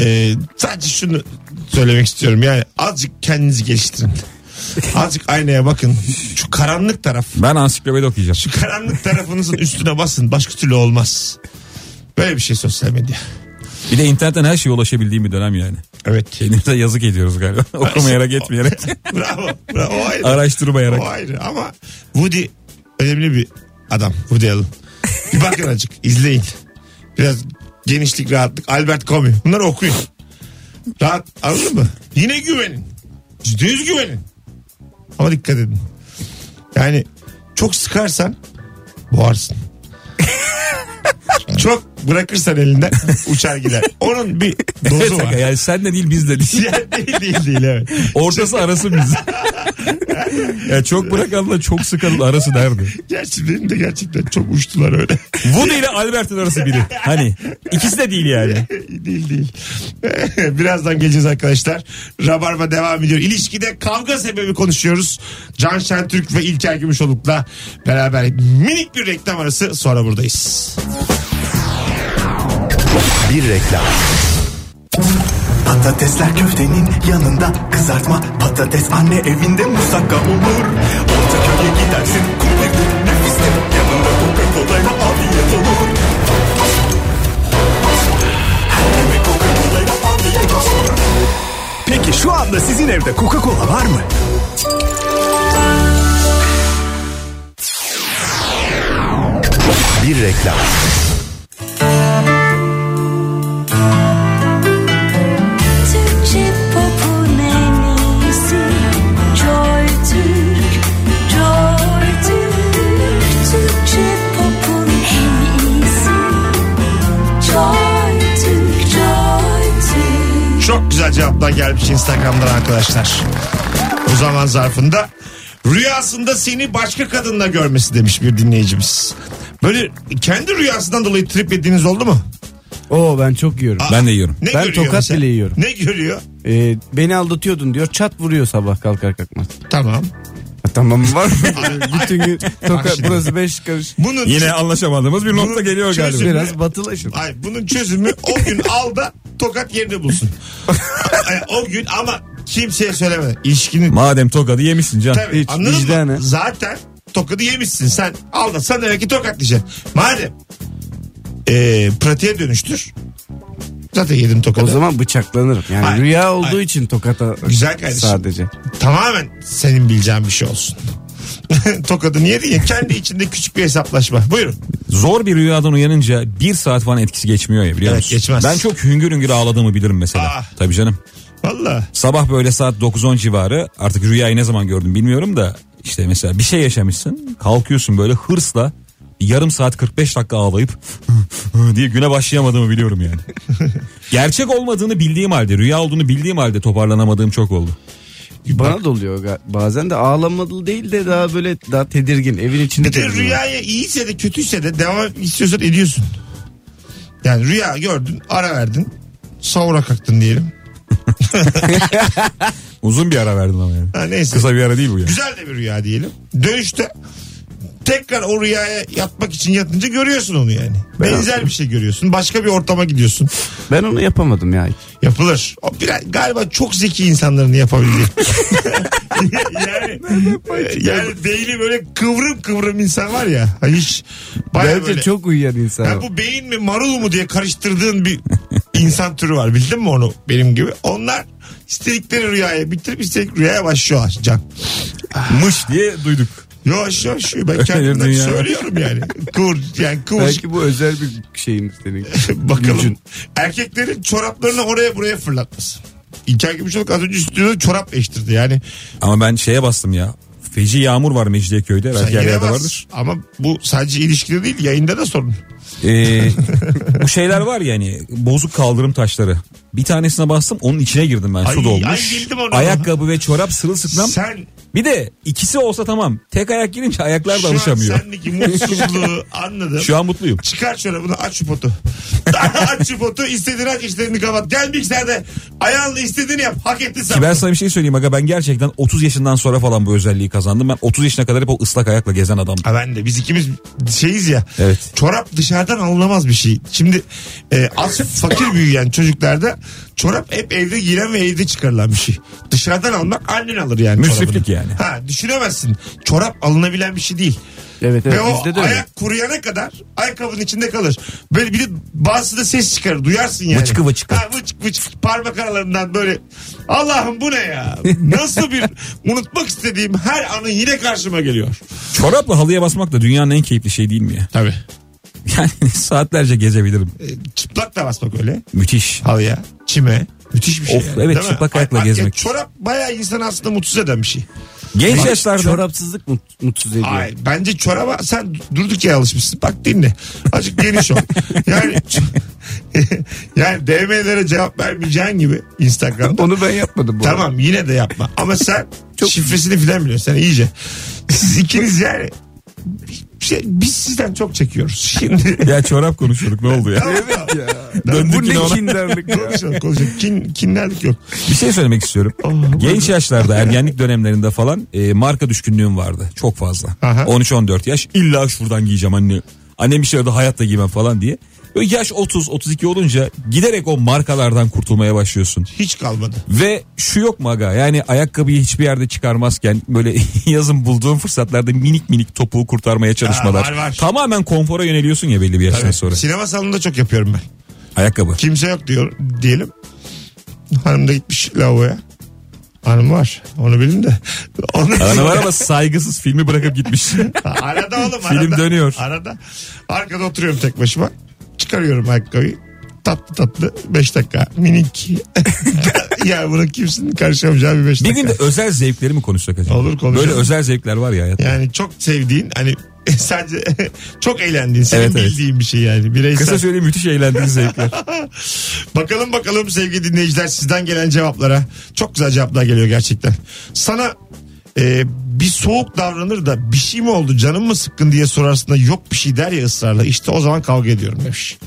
Speaker 2: E, sadece şunu söylemek istiyorum. Yani azıcık kendinizi geliştirin. Azıcık aynaya bakın. Şu karanlık taraf.
Speaker 3: Ben ansiklopedi okuyacağım.
Speaker 2: Şu karanlık tarafınızın üstüne basın. Başka türlü olmaz. Böyle bir şey sosyal medya.
Speaker 3: Bir de internetten her şeye ulaşabildiğim bir dönem yani.
Speaker 2: Evet.
Speaker 3: Elimize yazık ediyoruz galiba. Okumayarak (laughs) etmeyerek.
Speaker 2: (laughs) bravo. bravo. O ayrı.
Speaker 3: Araştırmayarak.
Speaker 2: O ayrı ama Woody önemli bir adam. Woody Allen. Bir bakın azıcık (laughs) izleyin. Biraz genişlik rahatlık. Albert Camus. Bunları okuyun. Rahat anladın mı? Yine güvenin. Düz güvenin. Ama dikkat edin. Yani çok sıkarsan boğarsın. çok bırakırsan elinden uçar gider. Onun bir
Speaker 3: Evet,
Speaker 2: dozu
Speaker 3: (laughs)
Speaker 2: var.
Speaker 3: yani sen de değil biz de değil.
Speaker 2: (laughs) Yani değil değil değil evet.
Speaker 3: Ortası arası biz. (laughs) ya çok bırakanla çok sıkanın arası derdi.
Speaker 2: Gerçi benim de gerçekten çok uçtular öyle. (laughs)
Speaker 3: Woody ile Albert'in arası biri. Hani ikisi de değil yani.
Speaker 2: değil değil. (laughs) Birazdan geleceğiz arkadaşlar. Rabarba devam ediyor. İlişkide kavga sebebi konuşuyoruz. Can Şentürk ve İlker Gümüşoluk'la beraber minik bir reklam arası sonra buradayız.
Speaker 6: Bir reklam. Patatesler köftenin yanında kızartma patates anne evinde musakka olur. Ortaköy'e gidersin kumpirde nefiste yanında coca colayla afiyet olur. Her yemek coca colayla afiyet olur. Peki şu anda sizin evde Coca Cola var mı? Bir reklam.
Speaker 7: Türkçe popun en iyisi Joy Türk, Joy Türk. Türkçe popun en iyisi Joy Türk, Joy Türk.
Speaker 2: Çok güzel cevaplar gelmiş Instagram'dan arkadaşlar. O zaman zarfında rüyasında seni başka kadınla görmesi demiş bir dinleyicimiz. Böyle kendi rüyasından dolayı trip yediğiniz oldu mu?
Speaker 4: Oo ben çok yiyorum.
Speaker 3: Ben de yiyorum.
Speaker 2: Ne
Speaker 4: Ben
Speaker 2: görüyor
Speaker 4: tokat bile yiyorum.
Speaker 2: Ne görüyor?
Speaker 4: Ee, beni aldatıyordun diyor çat vuruyor sabah kalkar kalkmaz.
Speaker 2: Tamam.
Speaker 4: Ha, tamam
Speaker 2: (laughs)
Speaker 4: var mı? Bütün gün toka,
Speaker 2: şimdi.
Speaker 4: burası beş karış.
Speaker 2: Bunun
Speaker 3: Yine anlaşamadığımız bir nokta geliyor
Speaker 2: Çözüm.
Speaker 3: galiba.
Speaker 4: Biraz batılaşın.
Speaker 2: Ay bunun çözümü o gün al da tokat yerine bulsun. Ay, o gün ama Kimseye söyleme. İlişkinin
Speaker 3: Madem tokadı yemişsin can.
Speaker 2: Tabii,
Speaker 4: Hiç
Speaker 2: anladın
Speaker 4: vicdanı.
Speaker 2: mı? Zaten tokadı yemişsin sen. Aldatsan demek ki tokatlayacaksın. Madem e, pratiğe dönüştür. Zaten yedim tokadı.
Speaker 4: O zaman bıçaklanırım. Yani
Speaker 2: Hayır,
Speaker 4: rüya olduğu
Speaker 2: hayır.
Speaker 4: için tokata
Speaker 2: Güzel kardeşim.
Speaker 4: sadece.
Speaker 2: Tamamen senin bileceğin bir şey olsun. (laughs) tokadı niye diye kendi içinde küçük bir hesaplaşma. Buyurun.
Speaker 3: Zor bir rüyadan uyanınca bir saat falan etkisi geçmiyor ya biliyor
Speaker 2: Evet,
Speaker 3: musun?
Speaker 2: geçmez.
Speaker 3: Ben çok hüngür hüngür ağladığımı bilirim mesela.
Speaker 2: Aa.
Speaker 3: Tabii canım.
Speaker 2: Valla.
Speaker 3: Sabah böyle saat 9-10 civarı artık rüyayı ne zaman gördüm bilmiyorum da işte mesela bir şey yaşamışsın kalkıyorsun böyle hırsla yarım saat 45 dakika ağlayıp (laughs) diye güne başlayamadığımı biliyorum yani. Gerçek olmadığını bildiğim halde rüya olduğunu bildiğim halde toparlanamadığım çok oldu.
Speaker 4: Bana da oluyor ga- bazen de ağlamalı değil de daha böyle daha tedirgin evin içinde.
Speaker 2: Bir de
Speaker 4: tedirgin.
Speaker 2: rüyaya iyiyse de kötüyse de devam istiyorsan ediyorsun. Yani rüya gördün, ara verdin. Sahura kalktın diyelim.
Speaker 3: Uzun bir ara verdin ama yani.
Speaker 2: Ha, neyse.
Speaker 3: Kısa bir ara değil bu yani.
Speaker 2: Güzel de bir rüya diyelim. Dönüşte tekrar o rüyaya yatmak için yatınca görüyorsun onu yani. Benzer bir şey görüyorsun. Başka bir ortama gidiyorsun.
Speaker 4: Ben onu yapamadım ya.
Speaker 2: Yapılır. O biraz, galiba çok zeki insanların yapabildiği. yani, yani beyni böyle kıvrım kıvrım insan var ya. Hani Hiç bayağı
Speaker 4: Bence
Speaker 2: böyle-
Speaker 4: çok uyuyan insan.
Speaker 2: Ya bu beyin mi marul mu diye karıştırdığın bir insan türü var bildin mi onu benim gibi? Onlar istedikleri rüyaya bitirip istedik rüyaya başlıyorlar can.
Speaker 3: Mış diye duyduk.
Speaker 2: Yavaş yavaş yürü.
Speaker 3: (laughs)
Speaker 2: ben kendimden
Speaker 3: dünya.
Speaker 2: söylüyorum yani. Kıvır yani kıvır
Speaker 4: Belki bu özel bir şeyin senin.
Speaker 2: (laughs) bakalım.
Speaker 4: gücün.
Speaker 2: Erkeklerin çoraplarını oraya buraya fırlatması. İlker Gümüşoluk az önce stüdyoda çorap eştirdi yani.
Speaker 3: Ama ben şeye bastım ya. Feci yağmur var Mecidiyeköy'de.
Speaker 2: Sen
Speaker 3: Belki her yerde
Speaker 2: giremez.
Speaker 3: vardır.
Speaker 2: Ama bu sadece ilişkide değil yayında da sorun.
Speaker 3: Ee, bu şeyler var ya hani bozuk kaldırım taşları. Bir tanesine bastım onun içine girdim ben
Speaker 2: Ay,
Speaker 3: su dolmuş.
Speaker 2: ay bildim onu.
Speaker 3: Ayakkabı ve çorap sırılsıklam.
Speaker 2: Sen
Speaker 3: Bir de ikisi olsa tamam. Tek ayak girince ayaklar da
Speaker 2: şu an
Speaker 3: alışamıyor.
Speaker 2: sendeki mutsuzluğu anladım.
Speaker 3: Şu an mutluyum.
Speaker 2: Çıkar çorabını aç şu potu. (laughs) aç şu potu istediğini aç istediğini kapat. Gel mikserde ayağınla istediğini yap. Hak etti sen.
Speaker 3: Ki ben
Speaker 2: bunu.
Speaker 3: sana bir şey söyleyeyim aga ben gerçekten 30 yaşından sonra falan bu özelliği kazandım. Ben 30 yaşına kadar hep o ıslak ayakla gezen adam.
Speaker 2: Ha ben de biz ikimiz şeyiz ya.
Speaker 3: Evet.
Speaker 2: Çorap dışarıdan alınamaz bir şey. Şimdi e, az fakir büyüyen çocuklarda çorap hep evde giyilen ve evde çıkarılan bir şey. Dışarıdan almak annen alır yani.
Speaker 3: Müsriflik
Speaker 2: çorabını.
Speaker 3: yani.
Speaker 2: Ha düşünemezsin. Çorap alınabilen bir şey değil.
Speaker 4: Evet
Speaker 2: Ve
Speaker 4: evet
Speaker 2: o
Speaker 4: bizde de öyle.
Speaker 2: ayak kuruyana kadar ayakkabının içinde kalır. Böyle bir de bazısı da ses çıkarır. Duyarsın yani.
Speaker 3: Vıçkı vıçkı.
Speaker 2: Ha, vıçkı vıçkı parmak aralarından böyle. Allah'ım bu ne ya? Nasıl bir (laughs) unutmak istediğim her anı yine karşıma geliyor.
Speaker 3: Çorapla halıya basmak da dünyanın en keyifli şey değil mi ya? (laughs)
Speaker 2: Tabii.
Speaker 3: Yani saatlerce gezebilirim.
Speaker 2: E, Çıplak da basmak öyle.
Speaker 3: Müthiş.
Speaker 2: Halıya, çime. Müthiş bir şey.
Speaker 3: Of,
Speaker 2: yani,
Speaker 3: evet,
Speaker 2: değil mi?
Speaker 3: çıplak ayakla
Speaker 2: Ay- ay-
Speaker 3: gezmek.
Speaker 2: Çorap bayağı insanı aslında mutsuz eden bir şey.
Speaker 3: Genç yaşlarda.
Speaker 4: Çorapsızlık mut- mutsuz ediyor.
Speaker 2: Ay, bence çoraba sen durduk yere alışmışsın. Bak dinle.
Speaker 4: (laughs)
Speaker 2: Azıcık geniş ol. yani (laughs) yani DM'lere cevap vermeyeceğin gibi Instagram'da.
Speaker 4: Onu ben yapmadım bu arada.
Speaker 2: Tamam yine de yapma. Ama sen
Speaker 4: (laughs)
Speaker 2: şifresini filan biliyorsun. Sen iyice. Siz ikiniz yani bir şey, biz sizden çok çekiyoruz. Şimdi
Speaker 4: (laughs)
Speaker 3: Ya çorap konuşuyorduk
Speaker 2: (laughs)
Speaker 3: ne oldu ya?
Speaker 2: evet ya.
Speaker 3: Döndük
Speaker 4: Bu ne
Speaker 3: yine ona.
Speaker 4: kindarlık
Speaker 2: (laughs)
Speaker 4: ya.
Speaker 2: Konuşalım konuşalım. Kin, kinlerlik yok.
Speaker 3: Bir şey
Speaker 2: (laughs)
Speaker 3: söylemek istiyorum. Genç yaşlarda ergenlik dönemlerinde falan e, marka düşkünlüğüm vardı. Çok fazla.
Speaker 2: Aha.
Speaker 3: 13-14 yaş illa şuradan giyeceğim anne. Annem bir şey aradı hayatta giymem falan diye. Böyle yaş 30-32 olunca giderek o markalardan kurtulmaya başlıyorsun.
Speaker 2: Hiç kalmadı.
Speaker 3: Ve şu yok mu aga yani ayakkabıyı hiçbir yerde çıkarmazken böyle (laughs) yazın bulduğum fırsatlarda minik minik topuğu kurtarmaya çalışmalar.
Speaker 2: Ha, var, var.
Speaker 3: Tamamen konfora yöneliyorsun ya belli bir yaştan
Speaker 2: Tabii.
Speaker 3: sonra.
Speaker 2: Sinema salonunda çok yapıyorum ben.
Speaker 3: Ayakkabı.
Speaker 2: Kimse yok diyor diyelim. Hanım da gitmiş lavaboya. Hanım var. Onu bilin de. (laughs) Onu
Speaker 3: Ana var ama saygısız filmi
Speaker 2: (laughs)
Speaker 3: bırakıp gitmiş.
Speaker 2: Arada oğlum
Speaker 3: (laughs) Film
Speaker 2: arada.
Speaker 3: dönüyor.
Speaker 2: Arada. Arkada oturuyorum tek başıma. Çıkarıyorum ayakkabıyı. Tatlı tatlı 5 dakika. Minik. (laughs) ya bunu kimsenin karşılamayacağı bir 5
Speaker 3: Bir
Speaker 2: dakika.
Speaker 3: gün de özel zevkleri mi konuşsak acaba?
Speaker 2: Olur, konuşalım.
Speaker 3: Böyle özel zevkler var ya hayatta.
Speaker 2: Yani çok sevdiğin hani (laughs) sadece çok eğlendiğin senin
Speaker 3: Evet, evet.
Speaker 2: bildiğin bir şey yani. Bireysel.
Speaker 3: Kısa söyleyeyim
Speaker 2: (laughs)
Speaker 3: müthiş eğlendiğiniz zevkler.
Speaker 2: Bakalım bakalım sevgili dinleyiciler sizden gelen cevaplara. Çok güzel cevaplar geliyor gerçekten. Sana e, bir soğuk davranır da bir şey mi oldu canım mı sıkkın diye sorarsın da yok bir şey der ya ısrarla. İşte o zaman kavga ediyorum demiş.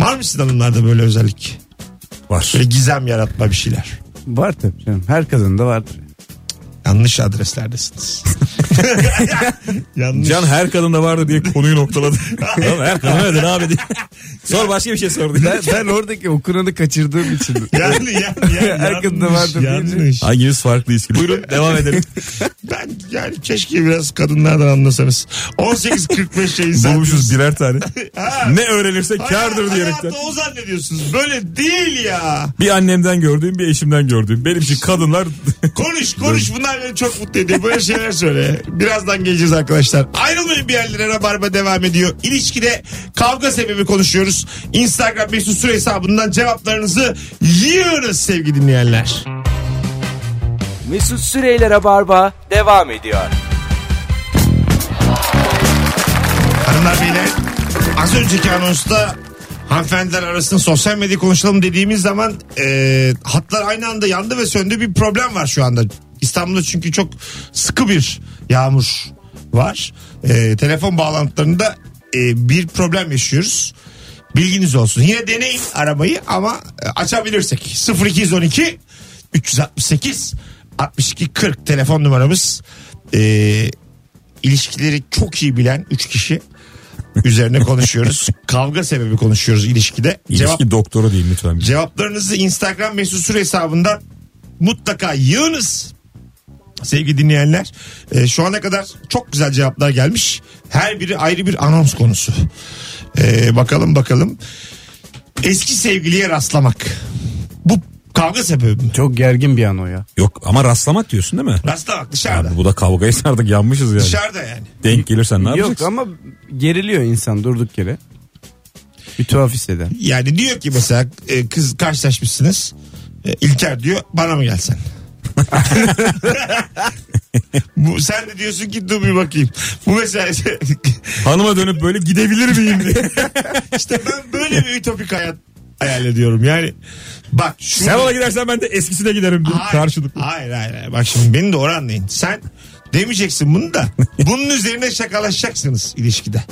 Speaker 2: Var mı sizin hanımlarda böyle özellik?
Speaker 3: Var.
Speaker 2: Böyle gizem yaratma bir şeyler.
Speaker 4: Var tabii canım. Her kadında vardır. (laughs)
Speaker 2: Yanlış adreslerdesiniz. Yanlış.
Speaker 3: Can her kadında
Speaker 2: (laughs)
Speaker 3: vardı diye konuyu noktaladı. Tamam, her kadın öyledir abi diye. Sor başka bir şey sor diye.
Speaker 4: Ben,
Speaker 2: (laughs)
Speaker 4: ben oradaki okuranı kaçırdığım için.
Speaker 2: Yani, yani, yani,
Speaker 4: Her kadında
Speaker 2: yanlış,
Speaker 4: vardır deyince.
Speaker 2: yanlış.
Speaker 3: Hangimiz farklıyız ki? Buyurun
Speaker 2: (laughs)
Speaker 3: devam edelim.
Speaker 2: Ben yani keşke biraz kadınlardan anlasanız.
Speaker 3: (laughs)
Speaker 2: 18.45 yayın
Speaker 3: Bulmuşuz
Speaker 2: saatimiz.
Speaker 3: birer tane.
Speaker 2: şey (laughs) Ha.
Speaker 3: ne öğrenirse kardır
Speaker 2: Hayat-
Speaker 3: diyerekten.
Speaker 2: hayatta o zannediyorsunuz. Böyle değil ya.
Speaker 3: Bir annemden gördüğüm bir eşimden gördüğüm. Benim için
Speaker 2: (laughs)
Speaker 3: kadınlar
Speaker 2: Konuş konuş bunlar beni çok mutlu ediyor. Böyle şeyler söyle. Birazdan geleceğiz arkadaşlar. Ayrılmayın bir yerlere Rabarba devam ediyor. İlişkide kavga sebebi konuşuyoruz. Instagram mesut süre hesabından cevaplarınızı yığınız sevgili dinleyenler.
Speaker 1: Mesut Süreyler'e barba devam ediyor.
Speaker 2: Hanımlar beyler az önceki anonsta hanımefendiler arasında sosyal medya konuşalım dediğimiz zaman e, hatlar aynı anda yandı ve söndü bir problem var şu anda. İstanbul'da çünkü çok sıkı bir yağmur var. E, telefon bağlantılarında e, bir problem yaşıyoruz. Bilginiz olsun. Yine deneyin arabayı ama e, açabilirsek 0212 368 62 40 telefon numaramız. E, ilişkileri çok iyi bilen 3 kişi üzerine
Speaker 3: (laughs)
Speaker 2: konuşuyoruz. Kavga sebebi konuşuyoruz ilişkide. Cevap,
Speaker 3: ilişki doktoru değil lütfen.
Speaker 2: cevaplarınızı Instagram mesut süre hesabından mutlaka yığınız. Sevgili dinleyenler e, şu ana kadar çok güzel cevaplar gelmiş. Her biri ayrı bir anons konusu. E, bakalım bakalım. Eski sevgiliye rastlamak. Bu kavga sebebi mi?
Speaker 4: Çok gergin bir an o ya.
Speaker 3: Yok ama rastlamak diyorsun değil mi?
Speaker 2: Rastlamak dışarıda.
Speaker 3: Abi bu da (laughs) kavgaya sardık yanmışız yani.
Speaker 2: Dışarıda yani.
Speaker 3: Denk gelirsen ne
Speaker 4: Yok
Speaker 3: yapacaksın?
Speaker 4: ama geriliyor insan durduk yere. Bir tuhaf hisseder.
Speaker 2: Yani diyor ki mesela e, kız karşılaşmışsınız. E, İlker diyor bana mı gelsen? (laughs) Bu, sen de diyorsun ki dur bir bakayım. Bu mesela
Speaker 3: Hanıma dönüp böyle gidebilir miyim diye.
Speaker 2: (laughs) işte ben böyle bir ütopik hayat hayal ediyorum. Yani bak şu
Speaker 3: Sen ona gidersen ben de eskisine giderim diye
Speaker 2: Hayır,
Speaker 3: karşılıklı.
Speaker 2: Hayır hayır hayır. Bak şimdi beni doğru anlayın. Sen demeyeceksin bunu da bunun üzerine şakalaşacaksınız ilişkide.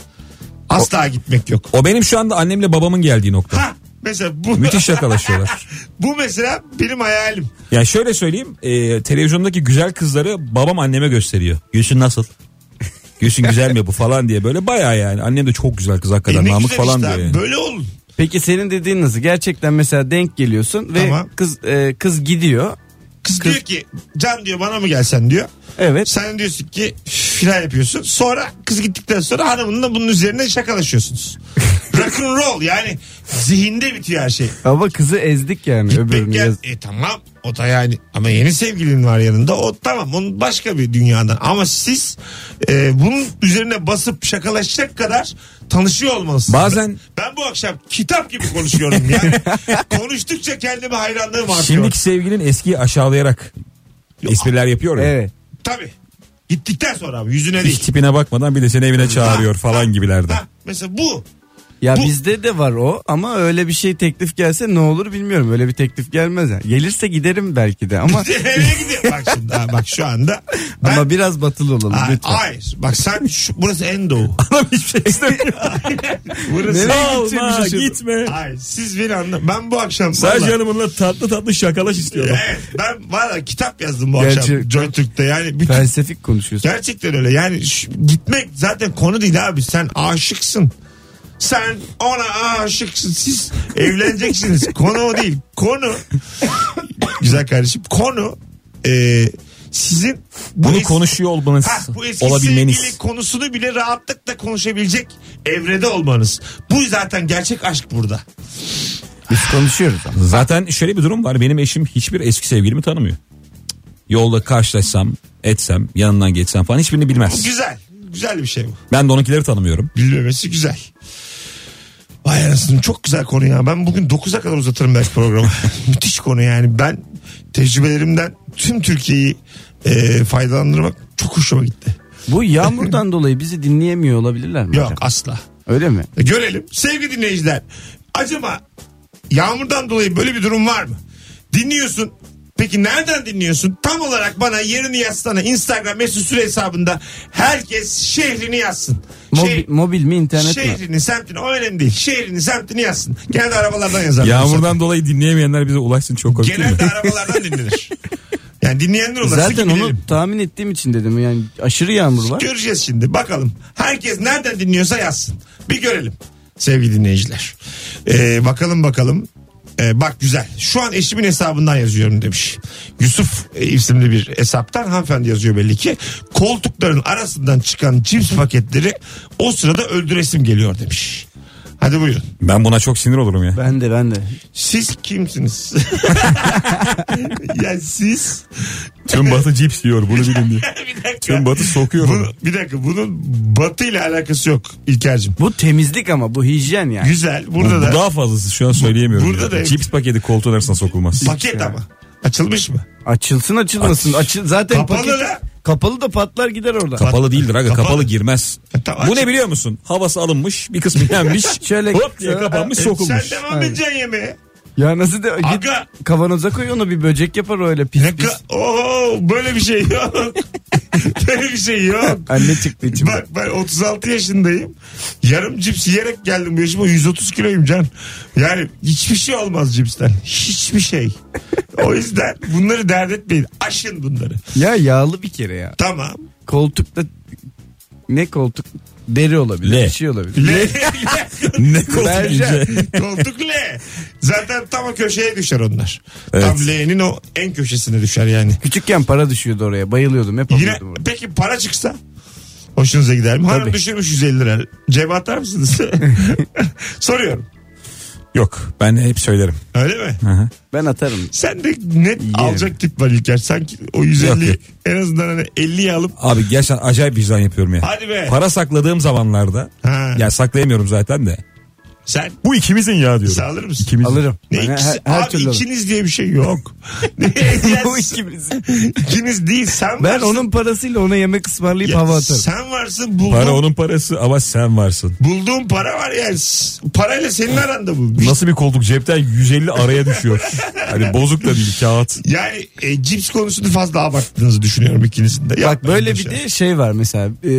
Speaker 2: Asla gitmek yok.
Speaker 3: O benim şu anda annemle babamın geldiği nokta.
Speaker 2: Ha mesela bu
Speaker 3: Müthiş şakalaşıyorlar.
Speaker 2: (laughs) bu mesela benim hayalim.
Speaker 3: Ya şöyle söyleyeyim. e, televizyondaki güzel kızları babam anneme gösteriyor. Gülsün nasıl? Gülsün güzel mi bu falan diye böyle bayağı yani. Annem de çok güzel kız
Speaker 2: E,
Speaker 3: hakikaten.
Speaker 2: ne
Speaker 3: Namık
Speaker 2: güzel
Speaker 3: falan
Speaker 2: işte
Speaker 3: diyor
Speaker 2: abi.
Speaker 3: yani.
Speaker 2: Böyle olun.
Speaker 4: Peki senin dediğin nasıl? Gerçekten mesela denk geliyorsun ve
Speaker 2: Tamam.
Speaker 4: kız e, kız gidiyor.
Speaker 2: Kız, diyor ki can diyor bana mı gelsen diyor.
Speaker 4: Evet.
Speaker 2: Sen diyorsun ki filan yapıyorsun. Sonra kız gittikten sonra hanımınla bunun üzerine
Speaker 3: (laughs)
Speaker 2: şakalaşıyorsunuz. Rock and roll yani zihinde bitiyor her şey.
Speaker 4: Ama kızı ezdik yani
Speaker 2: Peki,
Speaker 4: öbürünü.
Speaker 2: gel-
Speaker 4: yaz-
Speaker 2: E tamam o da yani ama yeni sevgilin var yanında o tamam onun başka bir dünyadan ama siz e, bunun üzerine basıp şakalaşacak kadar tanışıyor olmalısınız.
Speaker 3: Bazen-
Speaker 2: ben, ben bu akşam kitap gibi konuşuyorum
Speaker 3: (laughs)
Speaker 2: ya. Konuştukça kendime hayranlığım artıyor.
Speaker 3: Şimdiki sevgilin eskiyi aşağılayarak espriler yapıyor ya.
Speaker 4: Evet.
Speaker 2: Tabii. Gittikten sonra abi yüzüne
Speaker 3: Hiç
Speaker 2: değil.
Speaker 3: tipine bakmadan bir de seni evine çağırıyor falan gibilerden.
Speaker 2: Ha, mesela bu. (laughs)
Speaker 4: Ya
Speaker 2: Bu-
Speaker 4: bizde de var o ama öyle bir şey teklif gelse ne olur bilmiyorum. Öyle bir teklif gelmez yani. Gelirse giderim belki de ama
Speaker 2: Nereye gidiyor? Bak şimdi ha, bak şu anda. (laughs) Ben,
Speaker 4: ama biraz batılı olalım
Speaker 2: Ha,
Speaker 4: lütfen.
Speaker 2: hayır. Bak sen şu, burası en doğu.
Speaker 3: (laughs) Adam hiçbir şey istemiyor.
Speaker 2: burası
Speaker 3: Olma gitme.
Speaker 2: Hayır siz beni anla. Ben bu akşam
Speaker 3: Sadece
Speaker 2: valla-
Speaker 3: hanımınla tatlı tatlı şakalaş istiyorum.
Speaker 2: Evet, ben valla kitap yazdım bu
Speaker 4: Gerçi-
Speaker 2: akşam Joy Türk'te yani bütün
Speaker 4: Felsefik konuşuyorsun.
Speaker 2: gerçekten öyle yani şu- gitmek zaten konu değil abi sen aşıksın sen ona aşıksın siz
Speaker 3: (laughs)
Speaker 2: evleneceksiniz konu o değil konu güzel kardeşim konu e, sizin bu
Speaker 3: Bunu
Speaker 2: es-
Speaker 3: konuşuyor olmanız
Speaker 2: Ha, bu eski sevgili
Speaker 3: olabilmeniz.
Speaker 2: konusunu bile rahatlıkla konuşabilecek evrede olmanız. Bu zaten gerçek aşk burada.
Speaker 4: Biz konuşuyoruz ama.
Speaker 3: Zaten şöyle bir durum var. Benim eşim hiçbir eski sevgilimi tanımıyor. Yolda karşılaşsam, etsem, yanından geçsem falan hiçbirini
Speaker 2: Bu
Speaker 3: bilmez.
Speaker 2: güzel. Güzel bir şey bu.
Speaker 3: Ben de onunkileri tanımıyorum.
Speaker 2: Bilmemesi güzel. Vay anasını çok güzel konu ya. Ben bugün 9'a kadar uzatırım belki programı. Müthiş konu yani. Ben tecrübelerimden tüm Türkiye'yi e, faydalandırmak çok hoşuma gitti.
Speaker 4: Bu yağmurdan dolayı bizi dinleyemiyor olabilirler mi?
Speaker 2: Yok
Speaker 4: acaba?
Speaker 2: asla.
Speaker 4: Öyle mi?
Speaker 2: E, Görelim. Sevgili dinleyiciler. Acaba yağmurdan dolayı böyle bir durum var mı? Dinliyorsun. Peki nereden dinliyorsun? Tam olarak bana yerini yazsana. Instagram mesut süre hesabında herkes şehrini yazsın.
Speaker 4: Mobi-
Speaker 2: Şehir-
Speaker 4: mobil mi internet mi?
Speaker 2: Şehrini, semtini o önemli değil. Şehrini, semtini yazsın. Genelde arabalardan yazar. (laughs)
Speaker 3: Yağmurdan dolayı dinleyemeyenler bize ulaşsın çok komik değil mi?
Speaker 2: Genelde arabalardan dinlenir. Yani dinleyenler olursa
Speaker 4: Zaten onu
Speaker 2: gidelim.
Speaker 4: tahmin ettiğim için dedim yani aşırı yağmur var.
Speaker 2: Göreceğiz şimdi bakalım. Herkes nereden dinliyorsa yazsın. Bir görelim sevgili dinleyiciler. Ee, bakalım bakalım. Ee, bak güzel. Şu an eşimin hesabından yazıyorum demiş. Yusuf e, isimli bir hesaptan hanımefendi yazıyor belli ki. Koltukların arasından çıkan cips paketleri o sırada öldüresim geliyor demiş. Hadi buyurun.
Speaker 3: Ben buna çok sinir olurum ya.
Speaker 4: Ben de ben de.
Speaker 2: Siz kimsiniz? ya siz
Speaker 3: Tüm batı cips yiyor bunu bilin diye.
Speaker 2: bir dakika.
Speaker 3: Tüm batı sokuyor
Speaker 2: Bunu,
Speaker 3: onu.
Speaker 2: bir dakika bunun batıyla alakası yok İlker'cim.
Speaker 4: Bu temizlik ama bu hijyen yani.
Speaker 2: Güzel.
Speaker 3: Bu,
Speaker 2: Burada da
Speaker 3: bu daha fazlası şu an söyleyemiyorum.
Speaker 2: Burada
Speaker 3: ya.
Speaker 2: da evet.
Speaker 3: Cips paketi koltuğun arasına sokulmaz.
Speaker 2: paket ama. Açılmış mı?
Speaker 4: Açılsın açılmasın.
Speaker 3: Aç-
Speaker 4: Açıl zaten
Speaker 2: Kapalı
Speaker 4: paket-
Speaker 2: da.
Speaker 4: Kapalı da patlar gider orada.
Speaker 3: Kapalı değildir aga
Speaker 2: Kapalı.
Speaker 3: kapalı, E, girmez.
Speaker 2: Tamam,
Speaker 3: Bu
Speaker 2: açık.
Speaker 3: ne biliyor musun? Havası alınmış bir kısmı yenmiş.
Speaker 4: Şöyle-
Speaker 3: hop diye kapanmış
Speaker 2: E,
Speaker 3: sokulmuş.
Speaker 2: Sen devam
Speaker 4: Aynen.
Speaker 2: edeceksin yemeğe.
Speaker 4: ya nasıl de git
Speaker 2: Aga.
Speaker 4: kavanoza koy onu bir böcek yapar öyle pis
Speaker 2: Ne
Speaker 4: pis.
Speaker 2: ka- Oo, böyle bir şey yok. böyle bir şey yok.
Speaker 4: Anne çıktı içimden.
Speaker 2: Bak ben 36 yaşındayım. Yarım cips yiyerek geldim bu yaşıma. 130 kiloyum can. Yani hiçbir şey olmaz cipsten. Hiçbir şey. O yüzden bunları dert etmeyin. Aşın bunları.
Speaker 4: Ya yağlı bir kere ya.
Speaker 2: Tamam.
Speaker 4: Koltukta ne koltuk deri olabilir,
Speaker 3: Le.
Speaker 4: bir şey olabilir.
Speaker 2: Le. (laughs)
Speaker 3: ne koltuk
Speaker 4: Berca.
Speaker 3: ince.
Speaker 2: Koltuk le. Zaten tam o köşeye düşer onlar.
Speaker 3: Evet.
Speaker 2: Tam le'nin o en köşesine düşer yani.
Speaker 4: Küçükken para düşüyordu oraya. Bayılıyordum hep
Speaker 2: Yine
Speaker 4: alıyordum oraya.
Speaker 2: peki para çıksa hoşunuza gider mi? Hanım
Speaker 4: Tabii.
Speaker 2: düşürmüş 150 lira. Cebe atar
Speaker 3: (laughs)
Speaker 2: mısınız? (laughs) Soruyorum.
Speaker 3: (laughs) Yok ben hep söylerim.
Speaker 2: Öyle mi?
Speaker 4: Ben atarım.
Speaker 2: Sen de net alacak tip var İlker. Sanki o 150
Speaker 3: Yok, yok.
Speaker 2: en azından hani 50'yi alıp
Speaker 3: Abi gerçekten acayip vicdan yapıyorum ya.
Speaker 2: Hadi be.
Speaker 3: Para sakladığım zamanlarda.
Speaker 2: Ha.
Speaker 3: Ya saklayamıyorum zaten de.
Speaker 2: sen
Speaker 3: Bu ikimizin ya diyorum.
Speaker 2: Sen alır mısın?
Speaker 3: İkimizin.
Speaker 4: Alırım.
Speaker 2: ne
Speaker 4: Ben
Speaker 2: ikisi?
Speaker 4: her, her
Speaker 2: Abi
Speaker 4: türlü alırım.
Speaker 2: ikiniz diye bir
Speaker 4: (laughs)
Speaker 2: şey yok. ne
Speaker 4: Bu
Speaker 2: ikiniz?
Speaker 4: ikimiz.
Speaker 2: ikiniz değil sen
Speaker 4: Ben
Speaker 2: varsın.
Speaker 4: onun parasıyla ona yemek ısmarlayıp
Speaker 2: Ya
Speaker 4: hava atarım.
Speaker 2: Sen varsın buldum.
Speaker 3: Para onun parası ama sen varsın.
Speaker 2: Bulduğun para var yani. S- Parayla senin aranda bu. Bir
Speaker 3: Nasıl bir koltuk cepten 150 araya düşüyor. hani bozuk da değil kağıt.
Speaker 2: Yani e, cips konusunu fazla abarttığınızı düşünüyorum ikinizin de.
Speaker 4: Bak
Speaker 2: Yapmayın
Speaker 4: böyle
Speaker 2: bu
Speaker 4: bir
Speaker 2: şey.
Speaker 4: de şey var mesela. e,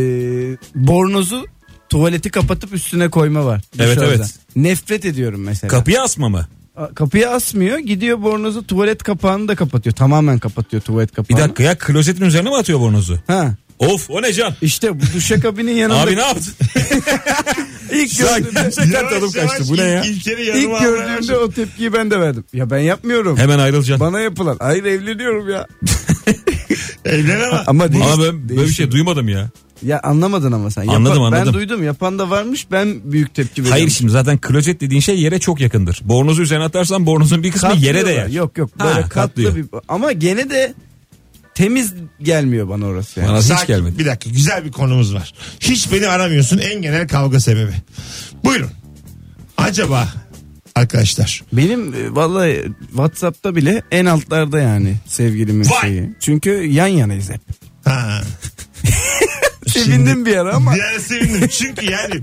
Speaker 4: bornozu tuvaleti kapatıp üstüne koyma var.
Speaker 3: Evet,
Speaker 4: Dışarıda.
Speaker 3: evet.
Speaker 4: Nefret ediyorum mesela.
Speaker 3: Kapıyı asma mı?
Speaker 4: A- Kapıyı asmıyor gidiyor bornozu tuvalet kapağını da kapatıyor. Tamamen kapatıyor tuvalet
Speaker 3: Bir
Speaker 4: kapağını.
Speaker 3: dakika ya klozetin üzerine mi atıyor bornozu?
Speaker 4: Ha.
Speaker 3: Of o ne can?
Speaker 4: İşte bu
Speaker 3: (laughs)
Speaker 4: duşakabinin yanında
Speaker 3: Abi ne yaptın?
Speaker 4: ilk
Speaker 3: Gerçekten
Speaker 4: gördüğümde,
Speaker 2: Yavaş
Speaker 3: tadım
Speaker 2: yavaş
Speaker 3: kaçtı. Bu
Speaker 2: ilk-
Speaker 3: ne ya?
Speaker 2: İlker'i yanıma
Speaker 4: ilk
Speaker 2: almaya
Speaker 4: gördüğümde
Speaker 2: başladım.
Speaker 4: o tepkiyi ben de verdim. Ya ben yapmıyorum.
Speaker 3: Hemen ayrılacaksın.
Speaker 4: Bana yapılan. Hayır evleniyorum
Speaker 3: (laughs)
Speaker 4: ya.
Speaker 2: Evlen ama.
Speaker 4: Ama değil.
Speaker 3: Ama ben böyle bir şey duymadım ya.
Speaker 4: Ya anlamadın ama sen. Yapan-
Speaker 3: Anladım,
Speaker 4: Ben
Speaker 3: anladım.
Speaker 4: duydum yapan da varmış ben büyük tepki veriyorum.
Speaker 3: Hayır şimdi zaten klozet dediğin şey yere çok yakındır. Bornozu üzerine atarsan bornozun bir kısmı yere
Speaker 4: Katlıyorlar.
Speaker 3: değer.
Speaker 4: Yok yok
Speaker 3: Ha,
Speaker 4: böyle
Speaker 3: katlıyor.
Speaker 4: katlı bir ama gene de temiz gelmiyor bana orası yani.
Speaker 3: Bana hiç
Speaker 2: Sakin-
Speaker 3: gelmedi.
Speaker 2: Bir dakika güzel bir konumuz var. Hiç beni aramıyorsun en genel kavga sebebi. Buyurun. Acaba arkadaşlar
Speaker 4: Benim e, vallahi WhatsApp'ta bile en altlarda yani sevgilimin
Speaker 2: Vay.
Speaker 4: şeyi. Çünkü yan yanayız hep.
Speaker 2: ha,
Speaker 4: Sevindim bir ara ama
Speaker 2: diğer sevindim çünkü yani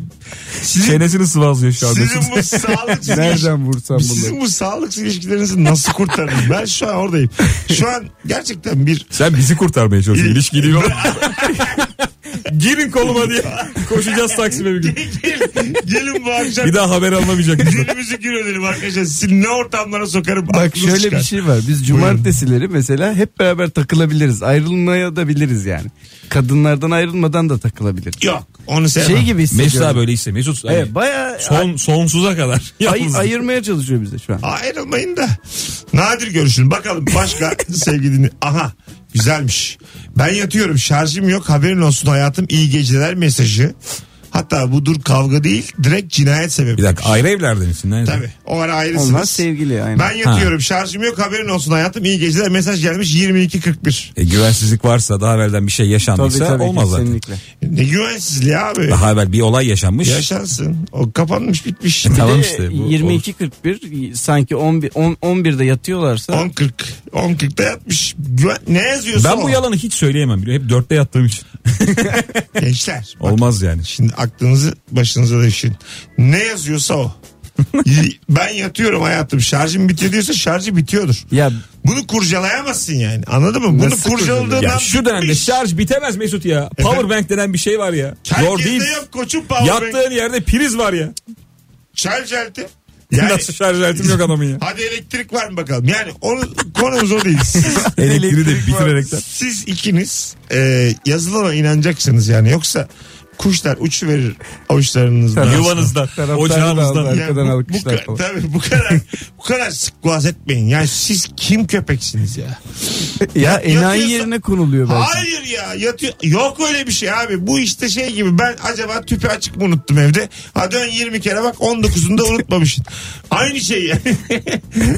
Speaker 2: sizin,
Speaker 3: (laughs) Çenesini sıvazlıyor şu an.
Speaker 2: sizin
Speaker 3: Mesut.
Speaker 2: bu
Speaker 4: (laughs)
Speaker 2: sağlık
Speaker 4: nereden vursam
Speaker 2: sizin
Speaker 4: bunu?
Speaker 2: bu sağlıksız ilişkilerinizi nasıl kurtarırım? Ben şu an oradayım. Şu an gerçekten bir
Speaker 3: Sen bizi kurtarmaya çalışıyorsun.
Speaker 2: İl-
Speaker 3: İlişkili yok. Girin koluma diye. (laughs) Koşacağız Taksim'e bir gün.
Speaker 2: (laughs) gelin bu akşam
Speaker 3: Bir daha haber alamayacak. bizi.
Speaker 2: Günümüzü gün ödelim arkadaşlar. Sizi ne ortamlara sokarım.
Speaker 4: Bak
Speaker 2: aklınız
Speaker 4: şöyle
Speaker 2: çıkar.
Speaker 4: bir şey var. Biz cumartesileri mesela hep beraber takılabiliriz. Ayrılmaya da biliriz yani. Kadınlardan ayrılmadan da takılabiliriz.
Speaker 2: Yok onu sevmem.
Speaker 4: Şey gibi
Speaker 3: Mesut
Speaker 4: hissediyorum.
Speaker 3: abi öyleyse. Mesut hani
Speaker 4: Evet, bayağı
Speaker 3: son, sonsuza kadar.
Speaker 4: ay-
Speaker 3: Yalnız.
Speaker 4: ayırmaya çalışıyor bize şu an.
Speaker 2: Ayrılmayın da. Nadir görüşün. Bakalım
Speaker 3: (laughs)
Speaker 2: başka sevgili dinle- Aha güzelmiş. Ben yatıyorum şarjım yok haberin olsun hayatım iyi geceler mesajı. Hatta bu dur kavga değil direkt cinayet sebebi.
Speaker 3: Bir dakika ayrı evlerde misin? Nerede?
Speaker 2: Tabii o ara ayrısınız.
Speaker 4: Onlar sevgili aynen.
Speaker 2: Ben yatıyorum şarjım yok haberin olsun hayatım iyi geceler mesaj gelmiş 22.41.
Speaker 3: E, güvensizlik varsa daha evvelden bir şey yaşandıysa olmaz zaten.
Speaker 4: kesinlikle.
Speaker 2: Ne güvensizliği abi.
Speaker 3: Daha evvel bir olay yaşanmış.
Speaker 2: Yaşansın. O kapanmış bitmiş.
Speaker 3: tamam
Speaker 4: Ve
Speaker 3: işte. bu-
Speaker 4: 22.41 sanki 11, 10, 11'de yatıyorlarsa
Speaker 2: 10.40. 10.40'da yatmış. Güven- Ne yazıyorsun?
Speaker 3: Ben bu yalanı hiç söyleyemem. biliyor musun? Hep dörtte yattığım için.
Speaker 2: Gençler. bak
Speaker 3: Olmaz yani.
Speaker 2: Şimdi aklınızı başınıza düşün. Ne yazıyorsa
Speaker 3: (laughs)
Speaker 2: o. Y- ben yatıyorum hayatım. Şarjım bitiyor diyorsa şarjı bitiyordur.
Speaker 3: (laughs)
Speaker 4: ya
Speaker 2: Bunu kurcalayamazsın yani. Anladın mı? Bunu
Speaker 4: Nasıl
Speaker 2: kurcaladığından
Speaker 3: Ya şu dönemde
Speaker 2: bitmiş.
Speaker 3: şarj bitemez Mesut ya. Power bank denen bir şey var ya.
Speaker 2: Herkes
Speaker 3: Zor
Speaker 2: de
Speaker 3: değil.
Speaker 2: yok koçum powerbank.
Speaker 3: Yattığın yerde priz var ya.
Speaker 2: Çelcelti. Yani-
Speaker 3: (laughs) Nasıl şarj aletim yok adamın ya.
Speaker 2: Hadi elektrik var mı bakalım? Yani onu, konumuz o değil.
Speaker 3: (laughs)
Speaker 2: Siz,
Speaker 3: Elektriği de bitirerekten.
Speaker 2: siz ikiniz e, yazılana inanacaksınız yani. Yoksa kuşlar uçu verir avuçlarınızda.
Speaker 3: Yuvanızdan, ocağınızdan.
Speaker 4: Taraftarı da Arkadan
Speaker 2: bu, bu,
Speaker 4: alkışlar
Speaker 2: ka-
Speaker 4: falan.
Speaker 2: tabii bu kadar bu kadar sık boğaz etmeyin. Yani siz kim köpeksiniz ya?
Speaker 4: Ya enayi
Speaker 2: Yatıyorsun-
Speaker 4: yerine konuluyor belki.
Speaker 2: Hayır ya yatıyor. Yok öyle bir şey abi. Bu işte şey gibi ben acaba tüpü açık mı unuttum evde? Ha dön 20 kere bak 19'unda unutmamışsın. Aynı şey yani. (laughs)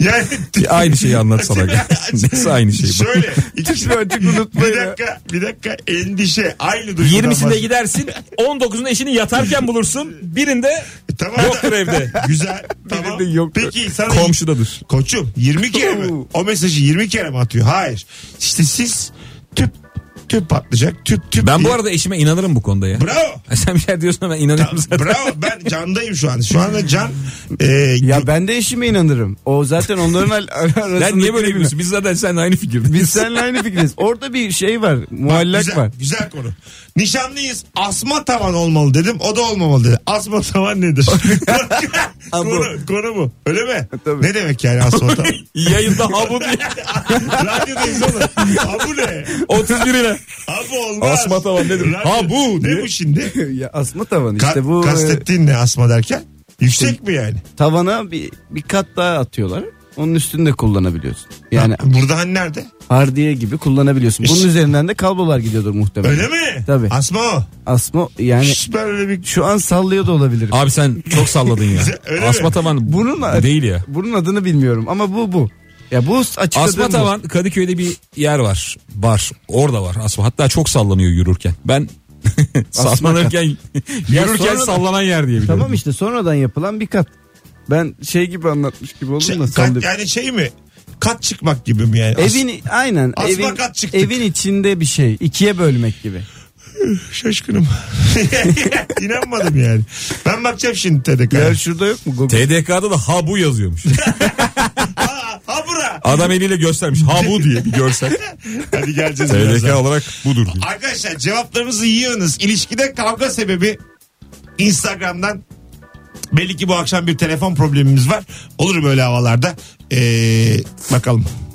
Speaker 2: yani
Speaker 3: Bir Aynı şeyi anlatsana.
Speaker 2: (laughs)
Speaker 3: (laughs) Neyse aynı şey bu.
Speaker 2: Şöyle. ikisi-
Speaker 4: açık unutma
Speaker 2: bir
Speaker 4: ya.
Speaker 2: dakika, bir dakika endişe aynı duygudan.
Speaker 3: 20'sinde
Speaker 2: bahsediyor.
Speaker 3: gidersin 19'unda eşini yatarken bulursun birinde
Speaker 2: Tamam.
Speaker 3: yoktur evde.
Speaker 2: Güzel. (laughs) tamam.
Speaker 4: Birinde yoktur.
Speaker 2: Peki sana
Speaker 3: komşudadır.
Speaker 2: Koçum 20 kere mi? O mesajı 20 kere mi atıyor? Hayır. İşte siz tüp tüp patlayacak. Tüp tüp.
Speaker 3: Ben bu
Speaker 2: diye-
Speaker 3: arada eşime inanırım bu konuda ya.
Speaker 2: Bravo.
Speaker 3: (laughs) Sen bir şey diyorsun ama ben inanıyorum zaten.
Speaker 2: Bravo ben candayım şu an. Şu anda can e,
Speaker 4: Ya ben de eşime inanırım. O zaten onların al- (laughs) arasında.
Speaker 3: Lan niye böyle yapıyorsun? Biz zaten seninle aynı fikirdeyiz.
Speaker 4: Biz seninle aynı fikiriz. Orada bir şey var.
Speaker 2: güzel,
Speaker 4: Muallak var. (laughs)
Speaker 2: güzel konu. Nişanlıyız. Asma tavan olmalı dedim. O da olmamalı dedi. Asma tavan nedir?
Speaker 3: (laughs)
Speaker 2: (laughs) konu, konu bu. Öyle
Speaker 3: E,
Speaker 2: mi?
Speaker 4: Tabii.
Speaker 2: Ne demek yani asma tavan?
Speaker 3: (laughs)
Speaker 2: (laughs)
Speaker 3: Yayında havu diye.
Speaker 2: Radyodayız oğlum. Ha bu ne?
Speaker 3: 31 ile.
Speaker 2: Ha bu olmaz.
Speaker 3: Asma tavan nedir?
Speaker 2: Radyo-
Speaker 3: Ha bu
Speaker 2: Ne
Speaker 3: diye.
Speaker 2: bu şimdi?
Speaker 4: ya asma tavanı
Speaker 2: Ka-
Speaker 4: işte bu e,
Speaker 2: kastettiğin ne asma derken? Yüksek mi yani?
Speaker 4: tavana bir, bir kat daha atıyorlar. Onun üstünü de kullanabiliyorsun.
Speaker 2: Yani
Speaker 4: Yani
Speaker 2: burada hani nerede?
Speaker 4: hardiye gibi kullanabiliyorsun. Bunun
Speaker 2: İşte-
Speaker 4: üzerinden de kablolar gidiyordur muhtemelen.
Speaker 2: Öyle mi?
Speaker 4: Tabii. Hani-
Speaker 2: Asma o.
Speaker 4: Asma yani
Speaker 2: Şş, ben öyle bir
Speaker 4: şu an sallıyor da olabilirim.
Speaker 3: Abi sen çok salladın ya.
Speaker 2: Öyle mi?
Speaker 3: Asma
Speaker 4: Bunun
Speaker 3: tavan bunun
Speaker 4: adı-
Speaker 3: değil ya.
Speaker 4: Bunun adını bilmiyorum ama bu bu. Ya bu açıkladığım
Speaker 3: Asma
Speaker 4: bu.
Speaker 3: tavan Kadıköy'de bir yer var. Bar. Orada var asma. Hatta çok sallanıyor yürürken. Ben (laughs) sallanırken yürürken
Speaker 4: sonra da-
Speaker 3: sallanan yer diye biliyorum.
Speaker 4: Tamam işte sonradan yapılan bir kat. Ben şey gibi anlatmış gibi oldum da
Speaker 2: Şey, Kat-
Speaker 4: sandım.
Speaker 2: yani şey mi? Kat çıkmak gibi mi yani? As-
Speaker 4: Evin aynen
Speaker 2: Asma
Speaker 4: evin
Speaker 2: kat çıktık.
Speaker 4: evin içinde bir şey ikiye bölmek gibi.
Speaker 2: Şaşkınım. (laughs) İnanmadım yani. Ben bakacağım şimdi TDK'ya.
Speaker 4: Ya şurada yok mu Google?
Speaker 3: TDK'da da ha bu yazıyormuş.
Speaker 2: Ha, ha bura.
Speaker 3: Adam eliyle göstermiş ha bu diye bir görsel.
Speaker 2: Hadi geleceğiz
Speaker 3: TDK
Speaker 2: birazdan.
Speaker 3: olarak budur. diye.
Speaker 2: Arkadaşlar cevaplarınızı yığınız. İlişkide kavga sebebi Instagram'dan belli ki bu akşam bir telefon problemimiz var. Olur böyle havalarda. Ee, bakalım.